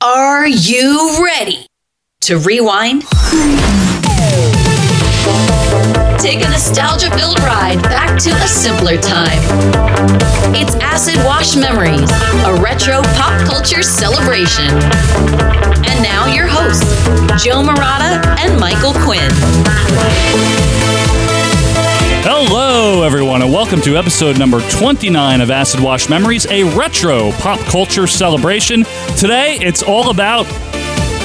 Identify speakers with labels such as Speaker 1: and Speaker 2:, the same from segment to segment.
Speaker 1: Are you ready to rewind? Take a nostalgia filled ride back to a simpler time. It's Acid Wash Memories, a retro pop culture celebration. And now, your hosts, Joe Murata and Michael Quinn.
Speaker 2: Hello, everyone, and welcome to episode number 29 of Acid Wash Memories, a retro pop culture celebration. Today, it's all about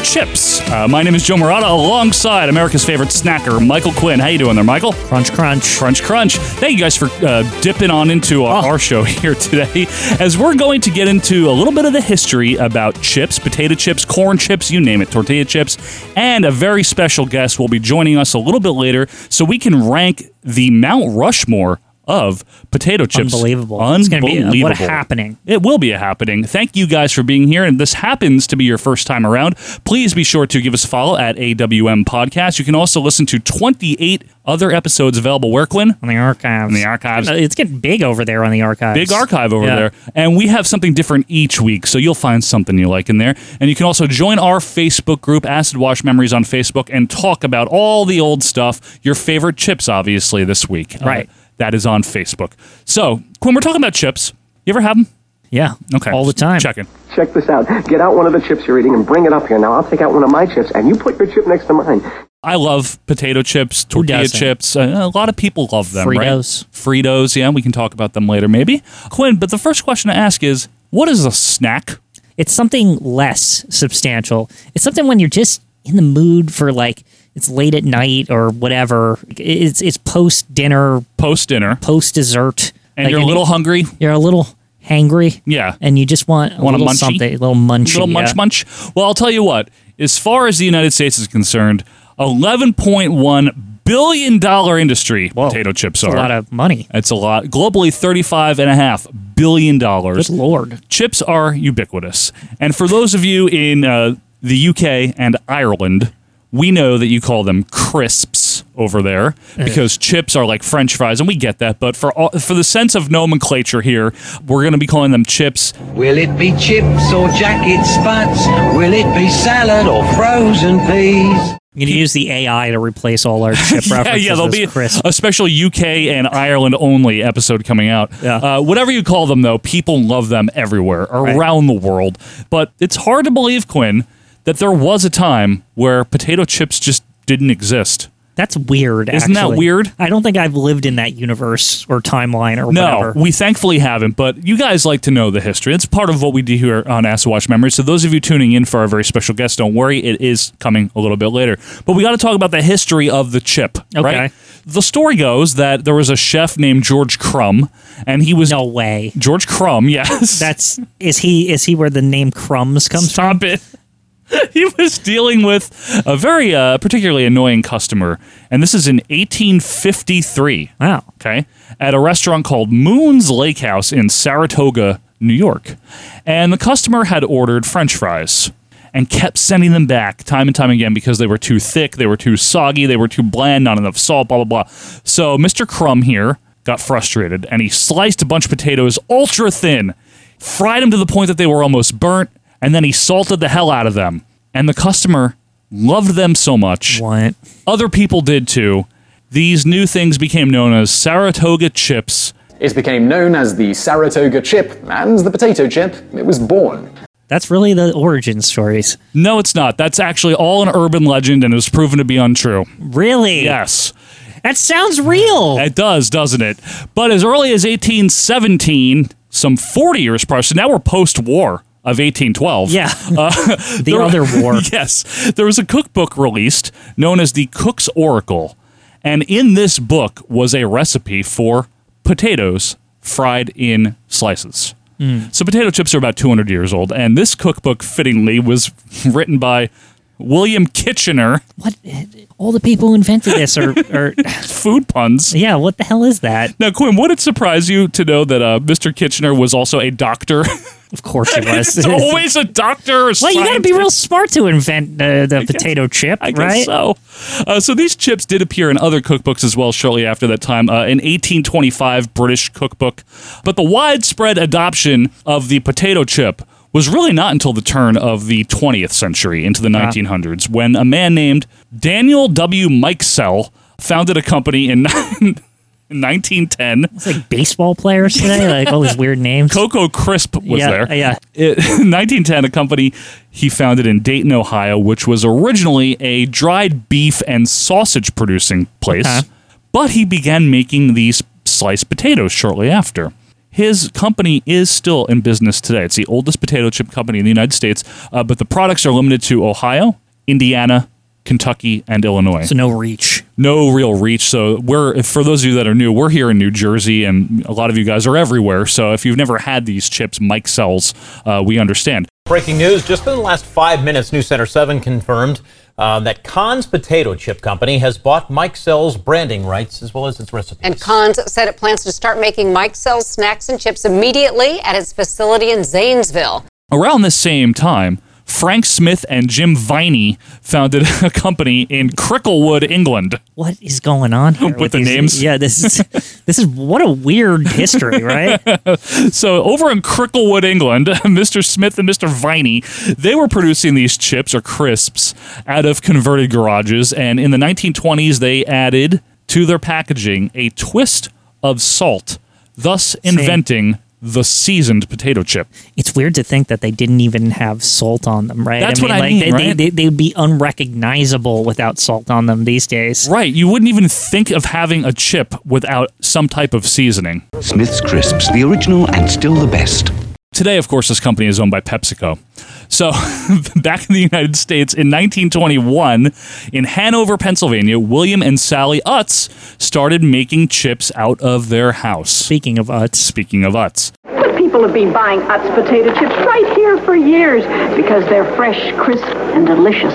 Speaker 2: chips. Uh, my name is Joe Morata, alongside America's favorite snacker, Michael Quinn. How you doing there, Michael?
Speaker 3: Crunch, crunch. Ah.
Speaker 2: Crunch, crunch. Thank you guys for uh, dipping on into our, our show here today, as we're going to get into a little bit of the history about chips, potato chips, corn chips, you name it, tortilla chips, and a very special guest will be joining us a little bit later so we can rank the Mount Rushmore of potato chips.
Speaker 3: Unbelievable. It's going to
Speaker 2: Unbelievable.
Speaker 3: be uh, what a happening.
Speaker 2: It will be a happening. Thank you guys for being here. And if this happens to be your first time around, please be sure to give us a follow at AWM Podcast. You can also listen to 28 other episodes available where, Quinn?
Speaker 3: On the archives.
Speaker 2: On the archives.
Speaker 3: Uh, It's getting big over there on the archives.
Speaker 2: Big archive over
Speaker 3: Yeah.
Speaker 2: there. And we have something different each week, so you'll find something you like in there. And you can also join our Facebook group, Acid Wash Memories on Facebook, and talk about all the old stuff, your favorite chips, obviously, this week. Uh,
Speaker 3: Right.
Speaker 2: that is on Facebook. So, Quinn, we're talking about chips. You ever have them?
Speaker 3: Yeah.
Speaker 2: Okay.
Speaker 3: All the time.
Speaker 2: Checking.
Speaker 4: Check this out. Get out one of the chips you're eating and bring it up here. Now I'll take out one of my chips and you put your chip next to mine.
Speaker 2: I love potato chips, tortilla
Speaker 3: doesn't?
Speaker 2: chips. Uh, a lot of people love them. right?
Speaker 3: Fritos.
Speaker 2: Fritos. Yeah, we can talk about them later, maybe. Quinn, but the first question to ask is, what is a snack?
Speaker 3: It's something less substantial. It's something when you're just in the mood for like, it's late at night or whatever. It's it's post dinner,
Speaker 2: Post dinner,
Speaker 3: post dessert.
Speaker 2: and you're a little hungry.
Speaker 3: You're a little hangry.
Speaker 2: Yeah.
Speaker 3: And you just want a
Speaker 2: Want a
Speaker 3: little
Speaker 2: munchie?
Speaker 3: something, a little munchie.
Speaker 2: Little munch
Speaker 3: yeah.
Speaker 2: munch. Well, I'll tell you what. As far as the United States is concerned, eleven point one billion dollar industry potato chips
Speaker 3: It's
Speaker 2: are.
Speaker 3: a lot of money.
Speaker 2: it's a lot. Globally, thirty-five and a half billion dollars.
Speaker 3: Good lord.
Speaker 2: chips are ubiquitous. And for those of you in uh, the UK and Ireland, we know that you call them crisps over there because chips are like french fries and we get that but for all, for the sense of nomenclature here we're going to be calling them chips
Speaker 5: Will it be chips or jacket spuds? Will it be salad or frozen peas?
Speaker 3: You can use the AI to replace all our chip
Speaker 2: yeah,
Speaker 3: references.
Speaker 2: yeah there'll
Speaker 3: as
Speaker 2: be
Speaker 3: crisp.
Speaker 2: a special uk and ireland only episode coming out
Speaker 3: Yeah.
Speaker 2: uh, whatever you call them though people love them everywhere around the world but it's hard to believe quinn that there was a time where potato chips just didn't exist
Speaker 3: That's weird.
Speaker 2: Isn't that
Speaker 3: actually.
Speaker 2: weird?
Speaker 3: I don't think I've lived in that universe or timeline or
Speaker 2: No,
Speaker 3: whatever.
Speaker 2: we thankfully haven't, but you guys like to know the history. It's part of what we do here on Ask Watch Memories. So those of you tuning in for our very special guest, don't worry, it is coming a little bit later. But we got to talk about the history of the chip,
Speaker 3: Okay.
Speaker 2: right? The story goes that there was a chef named George Crumb, and he was
Speaker 3: no way.
Speaker 2: George Crumb, yes.
Speaker 3: That's is he is he where the name crumbs comes from?
Speaker 2: Stop it. he was dealing with a very uh, particularly annoying customer, and this is in 1853.
Speaker 3: Wow.
Speaker 2: okay, at a restaurant called Moon's Lake House in Saratoga, New York. And the customer had ordered french fries and kept sending them back time and time again because they were too thick, they were too soggy, they were too bland, not enough salt, blah, blah, blah. So Mr. Crumb here got frustrated and he sliced a bunch of potatoes ultra thin, fried them to the point that they were almost burnt, and then he salted the hell out of them. And the customer loved them so much
Speaker 3: What?
Speaker 2: other people did too. These new things became known as Saratoga chips.
Speaker 6: It became known as the Saratoga chip, and the potato chip, it was born.
Speaker 3: That's really the origin stories.
Speaker 2: No, it's not. That's actually all an urban legend and it was proven to be untrue.
Speaker 3: Really?
Speaker 2: Yes,
Speaker 3: That sounds real.
Speaker 2: it does, doesn't it? But as early as 1817, some 40 years prior, so now we're post war of Uh, 1812.
Speaker 3: yeah. the
Speaker 2: there-
Speaker 3: other war.
Speaker 2: yes. There was a cookbook released known as the Cook's Oracle. And in this book was a recipe for potatoes fried in slices. So potato chips are about 200 years old. And this cookbook, fittingly, was written by William Kitchener.
Speaker 3: What? All the people who invented this are, are
Speaker 2: Food puns.
Speaker 3: yeah. What the hell is that?
Speaker 2: Now, Quinn, would it surprise you to know that uh, Mr. Kitchener was also a doctor?
Speaker 3: Of course it was.
Speaker 2: It's always a doctor. Or
Speaker 3: well, you got to be
Speaker 2: scientist.
Speaker 3: real smart to invent uh, the potato chip,
Speaker 2: I guess
Speaker 3: right?
Speaker 2: so. Uh, so these chips did appear in other cookbooks as well shortly after that time, uh, in 1825 British cookbook. But the widespread adoption of the potato chip was really not until the turn of the 20th century into the 1900s when a man named Daniel W. Mikesell founded a company in, in 1910.
Speaker 3: It's like baseball players today, like all these weird names.
Speaker 2: Coco Crisp was
Speaker 3: yeah,
Speaker 2: there.
Speaker 3: Yeah.
Speaker 2: It, 1910, a company he founded in Dayton, Ohio, which was originally a dried beef and sausage producing place,
Speaker 3: Okay.
Speaker 2: but he began making these sliced potatoes shortly after. His company is still in business today. It's the oldest potato chip company in the United States, uh, but the products are limited to Ohio, Indiana, Kentucky, and Illinois
Speaker 3: So no reach.
Speaker 2: no real reach. So we're for those of you that are new, we're here in New Jersey, and a lot of you guys are everywhere. So if you've never had these chips, Mike sells. Uh, we understand.
Speaker 7: Breaking news just in the last five minutes, News Center 7 confirmed uh, that Khan's Potato Chip Company has bought Mike Sell's branding rights as well as its recipes.
Speaker 8: And Cons said it plans to start making Mike Sells snacks and chips immediately at its facility in Zanesville.
Speaker 2: Around this same time, Frank Smith and Jim Viney founded a company in Cricklewood, England.
Speaker 3: What is going on here
Speaker 2: With the names?
Speaker 3: Yeah, this is this is what a weird history, right?
Speaker 2: So over in Cricklewood, England, Mr. Smith and Mr. Viney, they were producing these chips or crisps out of converted garages, and in the 1920s they added to their packaging a twist of salt, thus inventing the seasoned potato chip.
Speaker 3: it's weird to think that they didn't even have salt on them, right?
Speaker 2: That's what I mean,
Speaker 3: they,
Speaker 2: right?
Speaker 3: They, they, they would be unrecognizable without salt on them these days.
Speaker 2: Right, you wouldn't even think of having a chip without some type of seasoning.
Speaker 9: Smith's Crisps, the original and still the best.
Speaker 2: Today, of course, this company is owned by PepsiCo. So, back in the United States in 1921, in Hanover, Pennsylvania, William and Sally Utz started making chips out of their house.
Speaker 3: Speaking of Utz,
Speaker 2: Speaking of Utz,
Speaker 10: But people have been buying Utz potato chips right here for years because they're fresh, crisp, and delicious.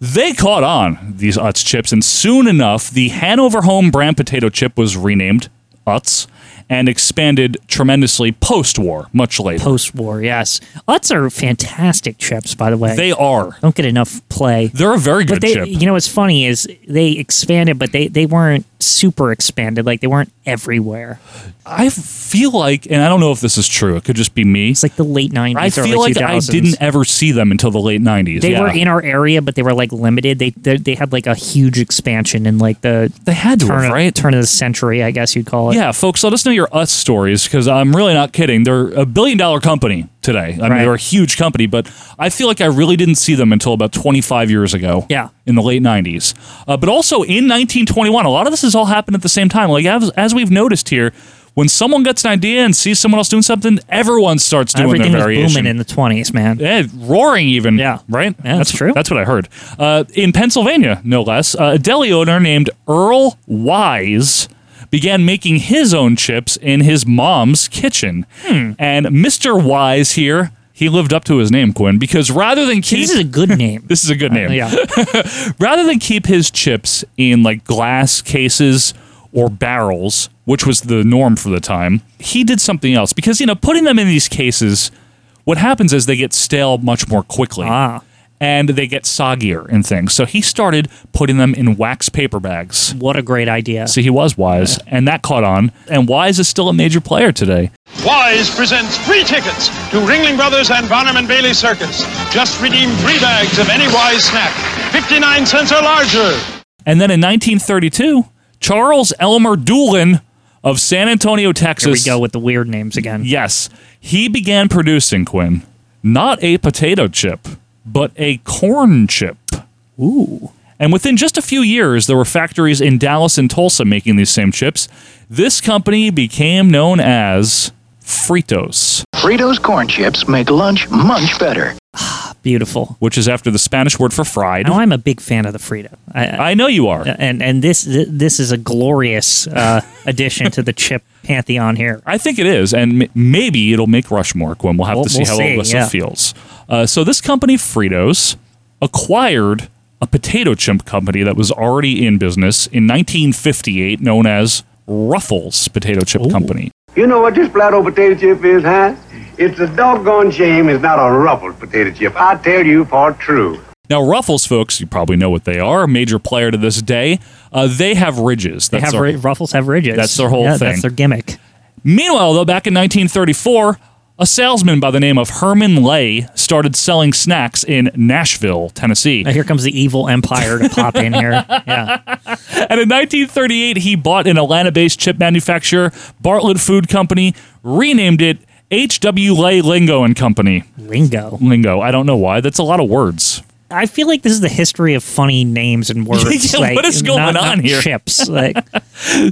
Speaker 2: they caught on, these Utz chips, and soon enough, the Hanover Home brand potato chip was renamed Utz and expanded tremendously post war, much later.
Speaker 3: post war, yes. Utz are fantastic chips, by the way.
Speaker 2: they are.
Speaker 3: don't get enough play.
Speaker 2: They're a very
Speaker 3: But
Speaker 2: good
Speaker 3: they,
Speaker 2: chip.
Speaker 3: you know, what's funny is they expanded, but they, they weren't super expanded. Like they weren't everywhere.
Speaker 2: I feel like, and I don't know if this is true, it could just be me.
Speaker 3: It's like the late
Speaker 2: I
Speaker 3: nineties.
Speaker 2: feel
Speaker 3: early
Speaker 2: like I
Speaker 3: 2000s.
Speaker 2: didn't ever see them until the late '90s.
Speaker 3: They
Speaker 2: yeah.
Speaker 3: were in our area, but they were like limited. They they, they had like a huge expansion in like the
Speaker 2: They had to
Speaker 3: turn
Speaker 2: have,
Speaker 3: of,
Speaker 2: right?
Speaker 3: turn of the century, I guess you'd call it.
Speaker 2: yeah, folks, let us know your us stories because I'm really not kidding. They're a billion dollar company today. I mean,
Speaker 3: Right.
Speaker 2: they're a huge company, but I feel like I really didn't see them until about 25 years ago.
Speaker 3: Yeah.
Speaker 2: in the late '90s. Uh, but also in 1921, a lot of this has all happened at the same time. Like as, as we've noticed here, when someone gets an idea and sees someone else doing something, everyone starts doing
Speaker 3: Everything
Speaker 2: their
Speaker 3: was
Speaker 2: variation.
Speaker 3: booming in the twenties, man.
Speaker 2: Yeah, Eh, roaring even.
Speaker 3: Yeah.
Speaker 2: Right?
Speaker 3: Yeah, that's true.
Speaker 2: That's what I heard. Uh, in Pennsylvania, no less, uh, a deli owner named Earl Wise began making his own chips in his mom's kitchen.
Speaker 3: Hmm.
Speaker 2: And Mr. Wise here, he lived up to his name, Quinn, because rather than keep.
Speaker 3: This is a good name.
Speaker 2: This is a good name.
Speaker 3: yeah,
Speaker 2: Rather than keep his chips in like glass cases or barrels, which was the norm for the time, he did something else because you know putting them in these cases, what happens is they get stale much more quickly.
Speaker 3: Ah.
Speaker 2: And they get soggier and things. So he started putting them in wax paper bags.
Speaker 3: what a great idea.
Speaker 2: So he was wise, and that caught on. And Wise is still a major player today.
Speaker 11: Wise presents free tickets to Ringling Brothers and Bonham and Bailey Circus. Just redeem three bags of any Wise snack, 59 cents or larger.
Speaker 2: And then in 1932, Charles Elmer Doolin of San Antonio,
Speaker 3: Here we
Speaker 2: Texas,
Speaker 3: go with the weird names again.
Speaker 2: Yes, he began producing Quinn not a potato chip, but a corn chip. Ooh. And within just a few years, there were factories in Dallas and Tulsa making these same chips. This company became known as Fritos,
Speaker 9: Fritos corn chips make lunch much better.
Speaker 3: Beautiful.
Speaker 2: which is after the Spanish word for fried.
Speaker 3: Now I'm a big fan of the Frito, I,
Speaker 2: I know you are.
Speaker 3: and and this this is a glorious uh, addition to the chip pantheon here.
Speaker 2: I think it is, and m- maybe it'll make Rushmore. When we'll have
Speaker 3: We'll-
Speaker 2: to see
Speaker 3: we'll
Speaker 2: how
Speaker 3: see,
Speaker 2: Alyssa
Speaker 3: yeah.
Speaker 2: feels. Uh, so this company, Fritos, acquired a potato chip company that was already in business in 1958, known as Ruffles Potato Chip Company.
Speaker 5: You know what this flat old potato chip is, huh? It's a doggone shame it's not a ruffled potato chip. I tell you for true.
Speaker 2: Now, Ruffles, folks, you probably know what they are. A major player to this day. Uh, they have ridges.
Speaker 3: They
Speaker 2: That's
Speaker 3: have
Speaker 2: their-
Speaker 3: ri- ruffles have ridges.
Speaker 2: that's their whole
Speaker 3: yeah,
Speaker 2: thing.
Speaker 3: That's their gimmick.
Speaker 2: Meanwhile, though, back in 1934, A salesman by the name of Herman Lay started selling snacks in Nashville, Tennessee.
Speaker 3: here comes the evil empire to pop in here. Yeah.
Speaker 2: And in 1938, he bought an Atlanta based chip manufacturer, Bartlett Food Company, renamed it H.W. Lay Lingo and Company.
Speaker 3: Lingo.
Speaker 2: Lingo. I don't know why. That's a lot of words.
Speaker 3: I feel like this is the history of funny names and words.
Speaker 2: Yeah,
Speaker 3: like,
Speaker 2: what is going
Speaker 3: not-
Speaker 2: on
Speaker 3: not
Speaker 2: here?
Speaker 3: Chips. Like,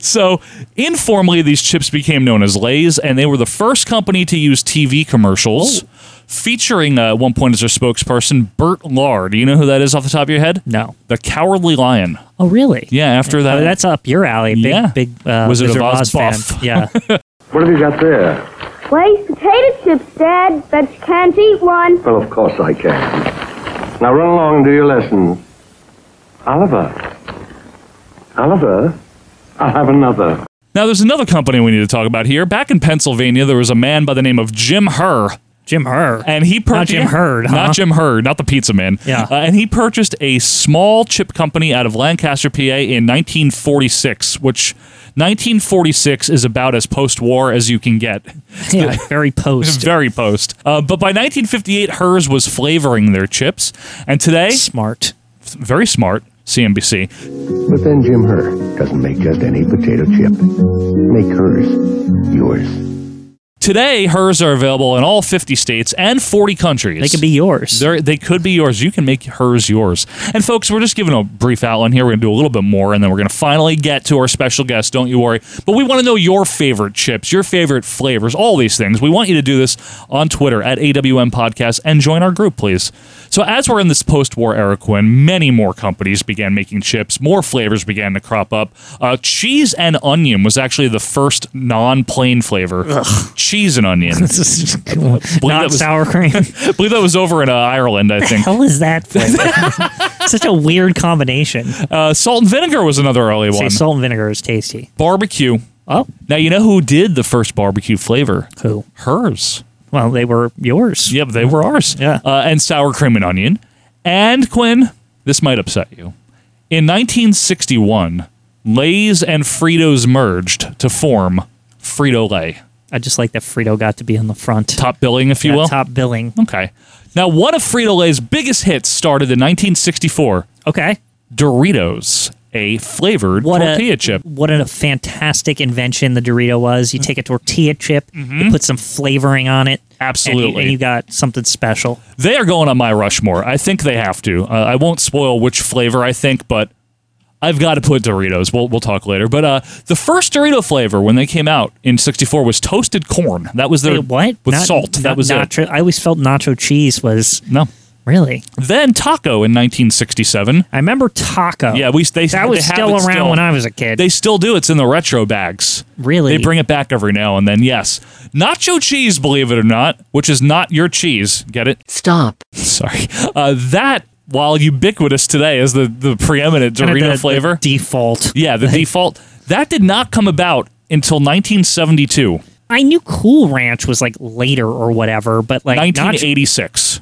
Speaker 2: So, informally, these chips became known as Lays, and they were the first company to use TV commercials,
Speaker 3: Oh.
Speaker 2: featuring uh, at one point as their spokesperson Bert Lahr. Do you know who that is off the top of your head?
Speaker 3: No.
Speaker 2: The Cowardly Lion.
Speaker 3: oh, really?
Speaker 2: Yeah, after that.
Speaker 3: Oh, that's up your alley. Big,
Speaker 2: Yeah.
Speaker 3: big uh,
Speaker 2: Wizard of Oz
Speaker 3: fan.
Speaker 2: buff.
Speaker 3: Yeah.
Speaker 4: What have you got there?
Speaker 12: Lay's potato chips, Dad, but you can't eat one.
Speaker 4: Well, of course I can. Now run along and do your lessons. Oliver. Oliver, I'll have another.
Speaker 2: Now, there's another company we need to talk about here. Back in Pennsylvania, there was a man by the name of Jim Herr.
Speaker 3: Jim Herr.
Speaker 2: And he purchased.
Speaker 3: Not Jim Hurd, huh?
Speaker 2: Not Jim Hurd, not the pizza man.
Speaker 3: Yeah.
Speaker 2: Uh, and he purchased a small chip company out of Lancaster, PA in 1946, which 1946 is about as post war as you can get.
Speaker 3: yeah. Very post.
Speaker 2: Very post. Uh, but by 1958, hers was flavoring their chips. And today.
Speaker 3: Smart.
Speaker 2: Very smart. CNBC.
Speaker 4: But then Jim Herr doesn't make just any potato chip. Make hers, yours.
Speaker 2: Today, hers are available in all 50 states and 40 countries.
Speaker 3: They could be yours.
Speaker 2: They're, they could be yours. You can make hers yours. And folks, we're just giving a brief outline here. We're going to do a little bit more, and then we're going to finally get to our special guest. Don't you worry. But we want to know your favorite chips, your favorite flavors, all these things. We want you to do this on Twitter at AWM Podcast and join our group, please. So as we're in this post-war era, Quinn, many more companies began making chips. More flavors began to crop up. Uh, cheese and onion was actually the first non-plain flavor. Cheese and onion.
Speaker 3: Not
Speaker 2: that was-
Speaker 3: sour cream.
Speaker 2: I believe that was over in uh, Ireland, I think.
Speaker 3: Hell is that flavor? Such a weird combination.
Speaker 2: Uh, salt and vinegar was another early
Speaker 3: Say
Speaker 2: one.
Speaker 3: salt and vinegar is tasty.
Speaker 2: barbecue.
Speaker 3: Oh.
Speaker 2: Now you know who did the first barbecue flavor?
Speaker 3: Who?
Speaker 2: Hers.
Speaker 3: Well, they were yours.
Speaker 2: Yep, they were ours.
Speaker 3: Yeah.
Speaker 2: Uh, and sour cream and onion. And Quinn, this might upset you. In 1961, Lay's and Fritos merged to form Frito Lay.
Speaker 3: I just like that Frito got to be on the front.
Speaker 2: Top billing, if you
Speaker 3: Yeah,
Speaker 2: will.
Speaker 3: Top billing.
Speaker 2: Okay. Now, one of Frito Lay's biggest hits started in 1964.
Speaker 3: Okay.
Speaker 2: Doritos, a flavored
Speaker 3: What
Speaker 2: tortilla
Speaker 3: a,
Speaker 2: chip. Mm-hmm.
Speaker 3: What a fantastic invention the Dorito was. You take a tortilla chip, you put some flavoring on it. and you- And you,
Speaker 2: Absolutely.
Speaker 3: got something special.
Speaker 2: They are going on my Rushmore. I think they have to. Uh, I won't spoil which flavor I think, but I've got to put Doritos. We'll, we'll talk later. But uh, the first Dorito flavor when they came out in '64 was toasted corn. That was their
Speaker 3: Wait, what?
Speaker 2: with
Speaker 3: Not-
Speaker 2: salt.
Speaker 3: not
Speaker 2: that was it.
Speaker 3: nacho. I always felt nacho cheese was
Speaker 2: No.
Speaker 3: really.
Speaker 2: Then taco in 1967.
Speaker 3: I remember taco.
Speaker 2: Yeah, we they
Speaker 3: that
Speaker 2: they
Speaker 3: was
Speaker 2: have
Speaker 3: still
Speaker 2: it
Speaker 3: around
Speaker 2: still.
Speaker 3: when I was a kid.
Speaker 2: They still do. It's in the retro bags.
Speaker 3: Really?
Speaker 2: They bring it back every now and then. Yes. Nacho cheese, believe it or not, which is not your cheese. Get it?
Speaker 1: Stop.
Speaker 2: Sorry. Uh, that, while ubiquitous today as the, the preeminent
Speaker 3: Kinda
Speaker 2: Dorito
Speaker 3: the-
Speaker 2: flavor,
Speaker 3: the default.
Speaker 2: yeah, the default, that did not come about until 1972,
Speaker 3: I knew Cool Ranch was like later or whatever, but like nacho
Speaker 2: 1986.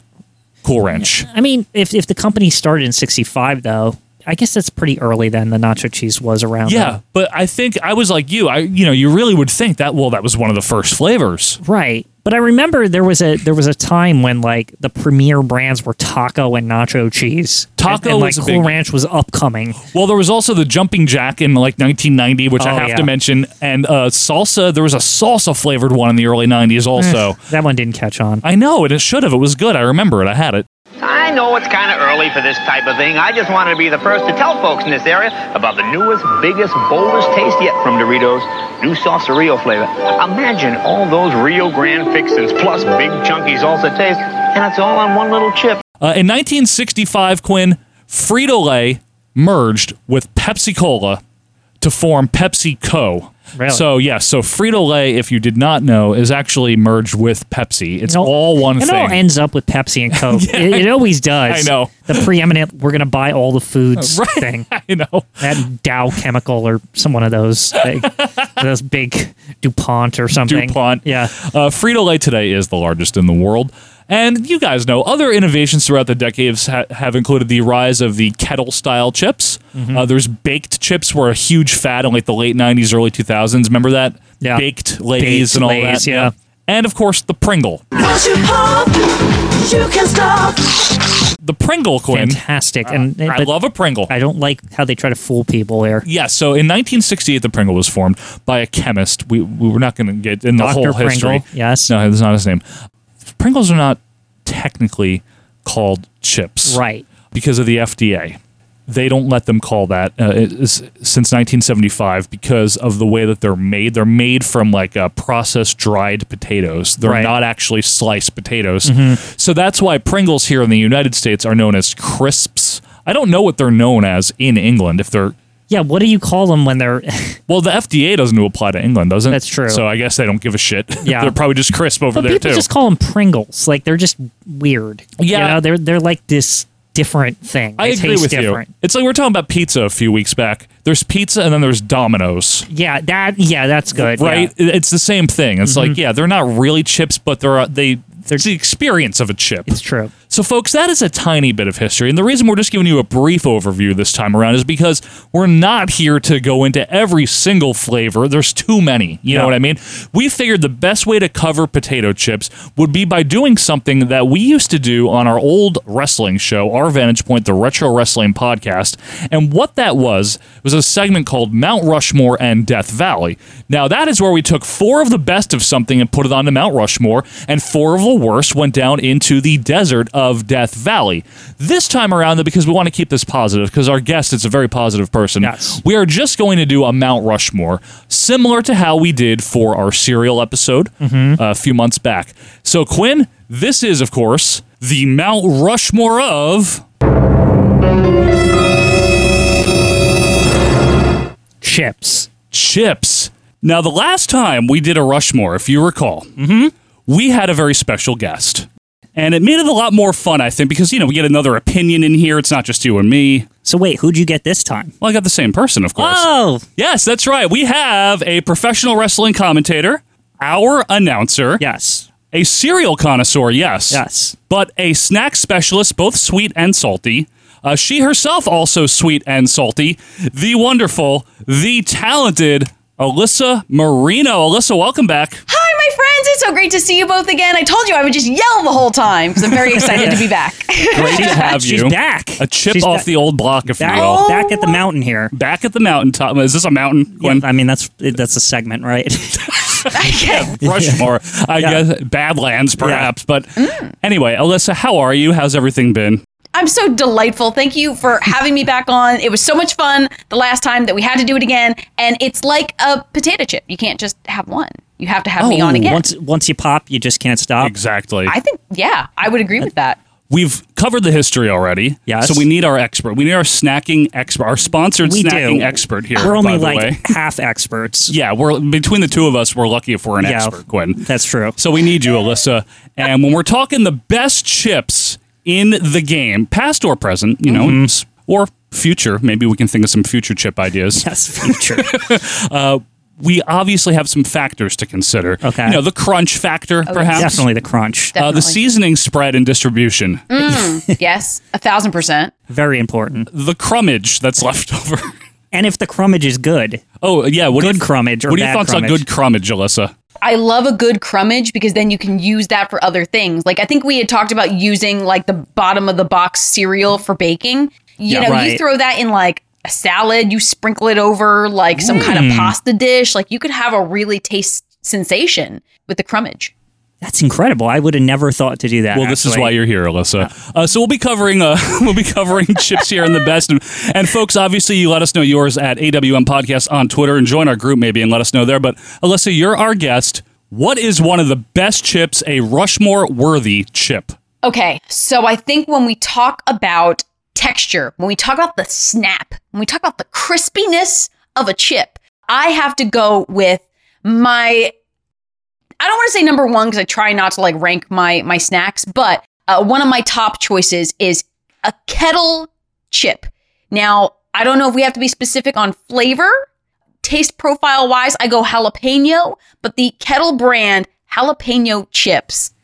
Speaker 2: Cool Ranch.
Speaker 3: I mean, if if the company started in '65, though, I guess that's pretty early. Then the nacho cheese was around.
Speaker 2: Yeah, but I think I was like you. I, you know, you really would think that. Well, that was one of the first flavors.
Speaker 3: then. right. But I remember there was a there was a time when like the premier brands were taco and nacho cheese.
Speaker 2: Taco
Speaker 3: and, and, like
Speaker 2: was a
Speaker 3: Cool
Speaker 2: big-
Speaker 3: Ranch was upcoming.
Speaker 2: Well, there was also the jumping jack in like 1990, which I
Speaker 3: Oh,
Speaker 2: have
Speaker 3: yeah.
Speaker 2: to mention, and uh, salsa. There was a salsa flavored one in the early 90s also.
Speaker 3: that one didn't catch on.
Speaker 2: I know, and it should have. It was good. I remember it. I had it.
Speaker 13: I know it's kind of early for this type of thing. I just wanted to be the first to tell folks in this area about the newest, biggest, boldest taste yet from Doritos. New salsa Rio flavor. Imagine all those Rio Grande fixins plus big chunky salsa taste, and it's all on one little chip.
Speaker 2: Uh, in 1965, Quinn Frito Lay merged with Pepsi Cola to form Pepsi Co.
Speaker 3: Really?
Speaker 2: So yes, so Frito Lay, if you did not know, is actually merged with Pepsi. It's all one
Speaker 3: It
Speaker 2: thing.
Speaker 3: all ends up with Pepsi and Coke. it, it always does.
Speaker 2: I know.
Speaker 3: the preeminent. We're gonna buy all the foods thing.
Speaker 2: I know.
Speaker 3: That Dow Chemical or some one of those like, those big DuPont or something.
Speaker 2: DuPont.
Speaker 3: Yeah.
Speaker 2: Uh, Frito Lay today is the largest in the world. And you guys know other innovations throughout the decades ha- have included the rise of the kettle style chips.
Speaker 3: Mm-hmm.
Speaker 2: Uh, there's baked chips were a huge fad in like the late 90s, early 2000s. Remember that?
Speaker 3: Yeah.
Speaker 2: Baked Lays and all
Speaker 3: Lays,
Speaker 2: that.
Speaker 3: yeah.
Speaker 2: and of course the Pringle.
Speaker 14: Once you pop, you can stop.
Speaker 2: The Pringle, Quinn.
Speaker 3: Fantastic. and
Speaker 2: I love a Pringle.
Speaker 3: I don't like how they try to fool people there.
Speaker 2: Yeah, so in 1968, the Pringle was formed by a chemist. We, we were not going to get in the
Speaker 3: Dr.
Speaker 2: whole
Speaker 3: Pringle,
Speaker 2: history.
Speaker 3: yes.
Speaker 2: No, that's not his name. Pringles are not technically called chips.
Speaker 3: Right.
Speaker 2: Because of the FDA. They don't let them call that uh, it is- since 1975 because of the way that they're made. They're made from like uh, processed dried potatoes. They're
Speaker 3: Right.
Speaker 2: not actually sliced potatoes.
Speaker 3: Mhm.
Speaker 2: So that's why Pringles here in the United States are known as crisps. I don't know what they're known as in England if they're
Speaker 3: Yeah, what do you call them when they're
Speaker 2: well, the FDA doesn't apply to England, does it?
Speaker 3: That's true.
Speaker 2: So I guess they don't give a shit.
Speaker 3: Yeah.
Speaker 2: they're probably just crisp over
Speaker 3: But
Speaker 2: there
Speaker 3: people
Speaker 2: too.
Speaker 3: just call them Pringles. Like they're just weird.
Speaker 2: Yeah.
Speaker 3: you know, they're they're like this different thing.
Speaker 2: I
Speaker 3: They
Speaker 2: agree
Speaker 3: taste
Speaker 2: with
Speaker 3: different.
Speaker 2: you. It's like we were talking about pizza a few weeks back. There's pizza and then there's Domino's.
Speaker 3: Yeah, that yeah, that's good. yeah.
Speaker 2: Right? It- It's the same thing. It's like, yeah, they're not really chips, but they're uh, they it's the experience of a chip. It's
Speaker 3: true.
Speaker 2: So folks, that is a tiny bit of history. And the reason we're just giving you a brief overview this time around is because we're not here to go into every single flavor. There's too many. You know
Speaker 3: Yeah.
Speaker 2: what I mean? We figured the best way to cover potato chips would be by doing something that we used to do on our old wrestling show, our Vantage Point, the Retro Wrestling Podcast. And what that was was a segment called Mount Rushmore and Death Valley. Now, that is where we took four of the best of something and put it onto Mount Rushmore, and four of the worst went down into the desert of Death Valley. This time around, though, because we want to keep this positive, because our guest is a very positive person, we are just going to do a Mount Rushmore, similar to how we did for our serial episode uh, a few months back. So, Quinn, this is, of course, the Mount Rushmore of.
Speaker 3: Chips.
Speaker 2: Chips. Now, the last time we did a Rushmore, if you recall, we had a very special guest. And it made it a lot more fun, I think, because, you know, we get another opinion in here. It's not just you and me.
Speaker 3: So, wait, who'd you get this time?
Speaker 2: Well, I got the same person, of course.
Speaker 3: Oh,
Speaker 2: Yes, that's right. We have a professional wrestling commentator, our announcer.
Speaker 3: Yes.
Speaker 2: A cereal connoisseur, yes.
Speaker 3: Yes.
Speaker 2: But a snack specialist, both sweet and salty. Uh, she herself also sweet and salty. The wonderful, the talented Alyssa Marino. Alyssa, welcome back.
Speaker 15: Hi, my friends. It's so great to see you both again. I told you I would just yell the whole time because I'm very excited to be back.
Speaker 2: Great to have
Speaker 3: She's
Speaker 2: you.
Speaker 3: back.
Speaker 2: A chip
Speaker 3: She's
Speaker 2: off
Speaker 3: back.
Speaker 2: the old block, if
Speaker 3: Back,
Speaker 2: you will.
Speaker 3: back at the mountain here.
Speaker 2: Back at the mountaintop. Is this a mountain?
Speaker 3: I mean, that's that's a segment, right?
Speaker 2: Rushmore, I guess Badlands, perhaps. But
Speaker 3: Mm.
Speaker 2: anyway, Alyssa, how are you? How's everything been?
Speaker 15: I'm so delightful. Thank you for having me back on. It was so much fun the last time that we had to do it again. And it's like a potato chip. You can't just have one. You have to have me
Speaker 2: Oh,
Speaker 15: on again.
Speaker 3: Oh, Once once you pop, you just can't stop.
Speaker 2: Exactly.
Speaker 15: I think, yeah, I would agree with that.
Speaker 2: We've covered the history already.
Speaker 3: Yes.
Speaker 2: So we need our expert. We need our snacking expert, our sponsored
Speaker 3: We do.
Speaker 2: snacking expert here.
Speaker 3: We're only
Speaker 2: by the
Speaker 3: like
Speaker 2: way.
Speaker 3: half experts.
Speaker 2: Yeah, we're between the two of us, we're lucky if we're an
Speaker 3: Yeah,
Speaker 2: expert, Gwen.
Speaker 3: That's true.
Speaker 2: So we need you, Alyssa. and when we're talking the best chips in the game, past or present, you know,
Speaker 3: Mm-hmm.
Speaker 2: s- or future, maybe we can think of some future chip ideas.
Speaker 3: Yes, future.
Speaker 2: uh, we obviously have some factors to consider. Okay. You know, the crunch factor,
Speaker 15: yes.
Speaker 2: perhaps.
Speaker 3: Definitely the crunch.
Speaker 2: Uh, the
Speaker 15: Oh, Definitely.
Speaker 2: seasoning spread and distribution.
Speaker 15: Mm, yes, a thousand percent.
Speaker 3: Very important.
Speaker 2: The crummage that's left over.
Speaker 3: And if the crummage is good.
Speaker 2: Oh, yeah. What
Speaker 3: good
Speaker 2: do you,
Speaker 3: crummage or
Speaker 2: What are your
Speaker 3: bad
Speaker 2: thoughts
Speaker 3: crummage.
Speaker 2: on good crummage, Alyssa?
Speaker 15: I love a good crummage because then you can use that for other things. Like I think we had talked about using like the bottom of the box cereal for baking. You
Speaker 16: Yeah,
Speaker 15: know, you
Speaker 16: right.
Speaker 15: throw that in like a salad, you sprinkle it over like some kind of
Speaker 3: Mm.
Speaker 15: pasta dish. Like you could have a really taste sensation with the crummage.
Speaker 3: That's incredible. I would have never thought to do that.
Speaker 2: Well, this is
Speaker 3: actually.
Speaker 2: why you're here, Alyssa. Uh, so we'll be covering uh, we'll be covering chips here in the best, and, and folks, obviously, you let us know yours at AWM Podcast on Twitter and join our group maybe and let us know there. But Alyssa, you're our guest. What is one of the best chips? A Rushmore worthy chip.
Speaker 15: Okay, so I think when we talk about texture, when we talk about the snap, when we talk about the crispiness of a chip, I have to go with my. I don't want to say number one because I try not to like rank my my snacks, but uh, one of my top choices is a kettle chip. Now I don't know if we have to be specific on flavor taste profile wise, I go jalapeno, but the kettle brand jalapeno chips.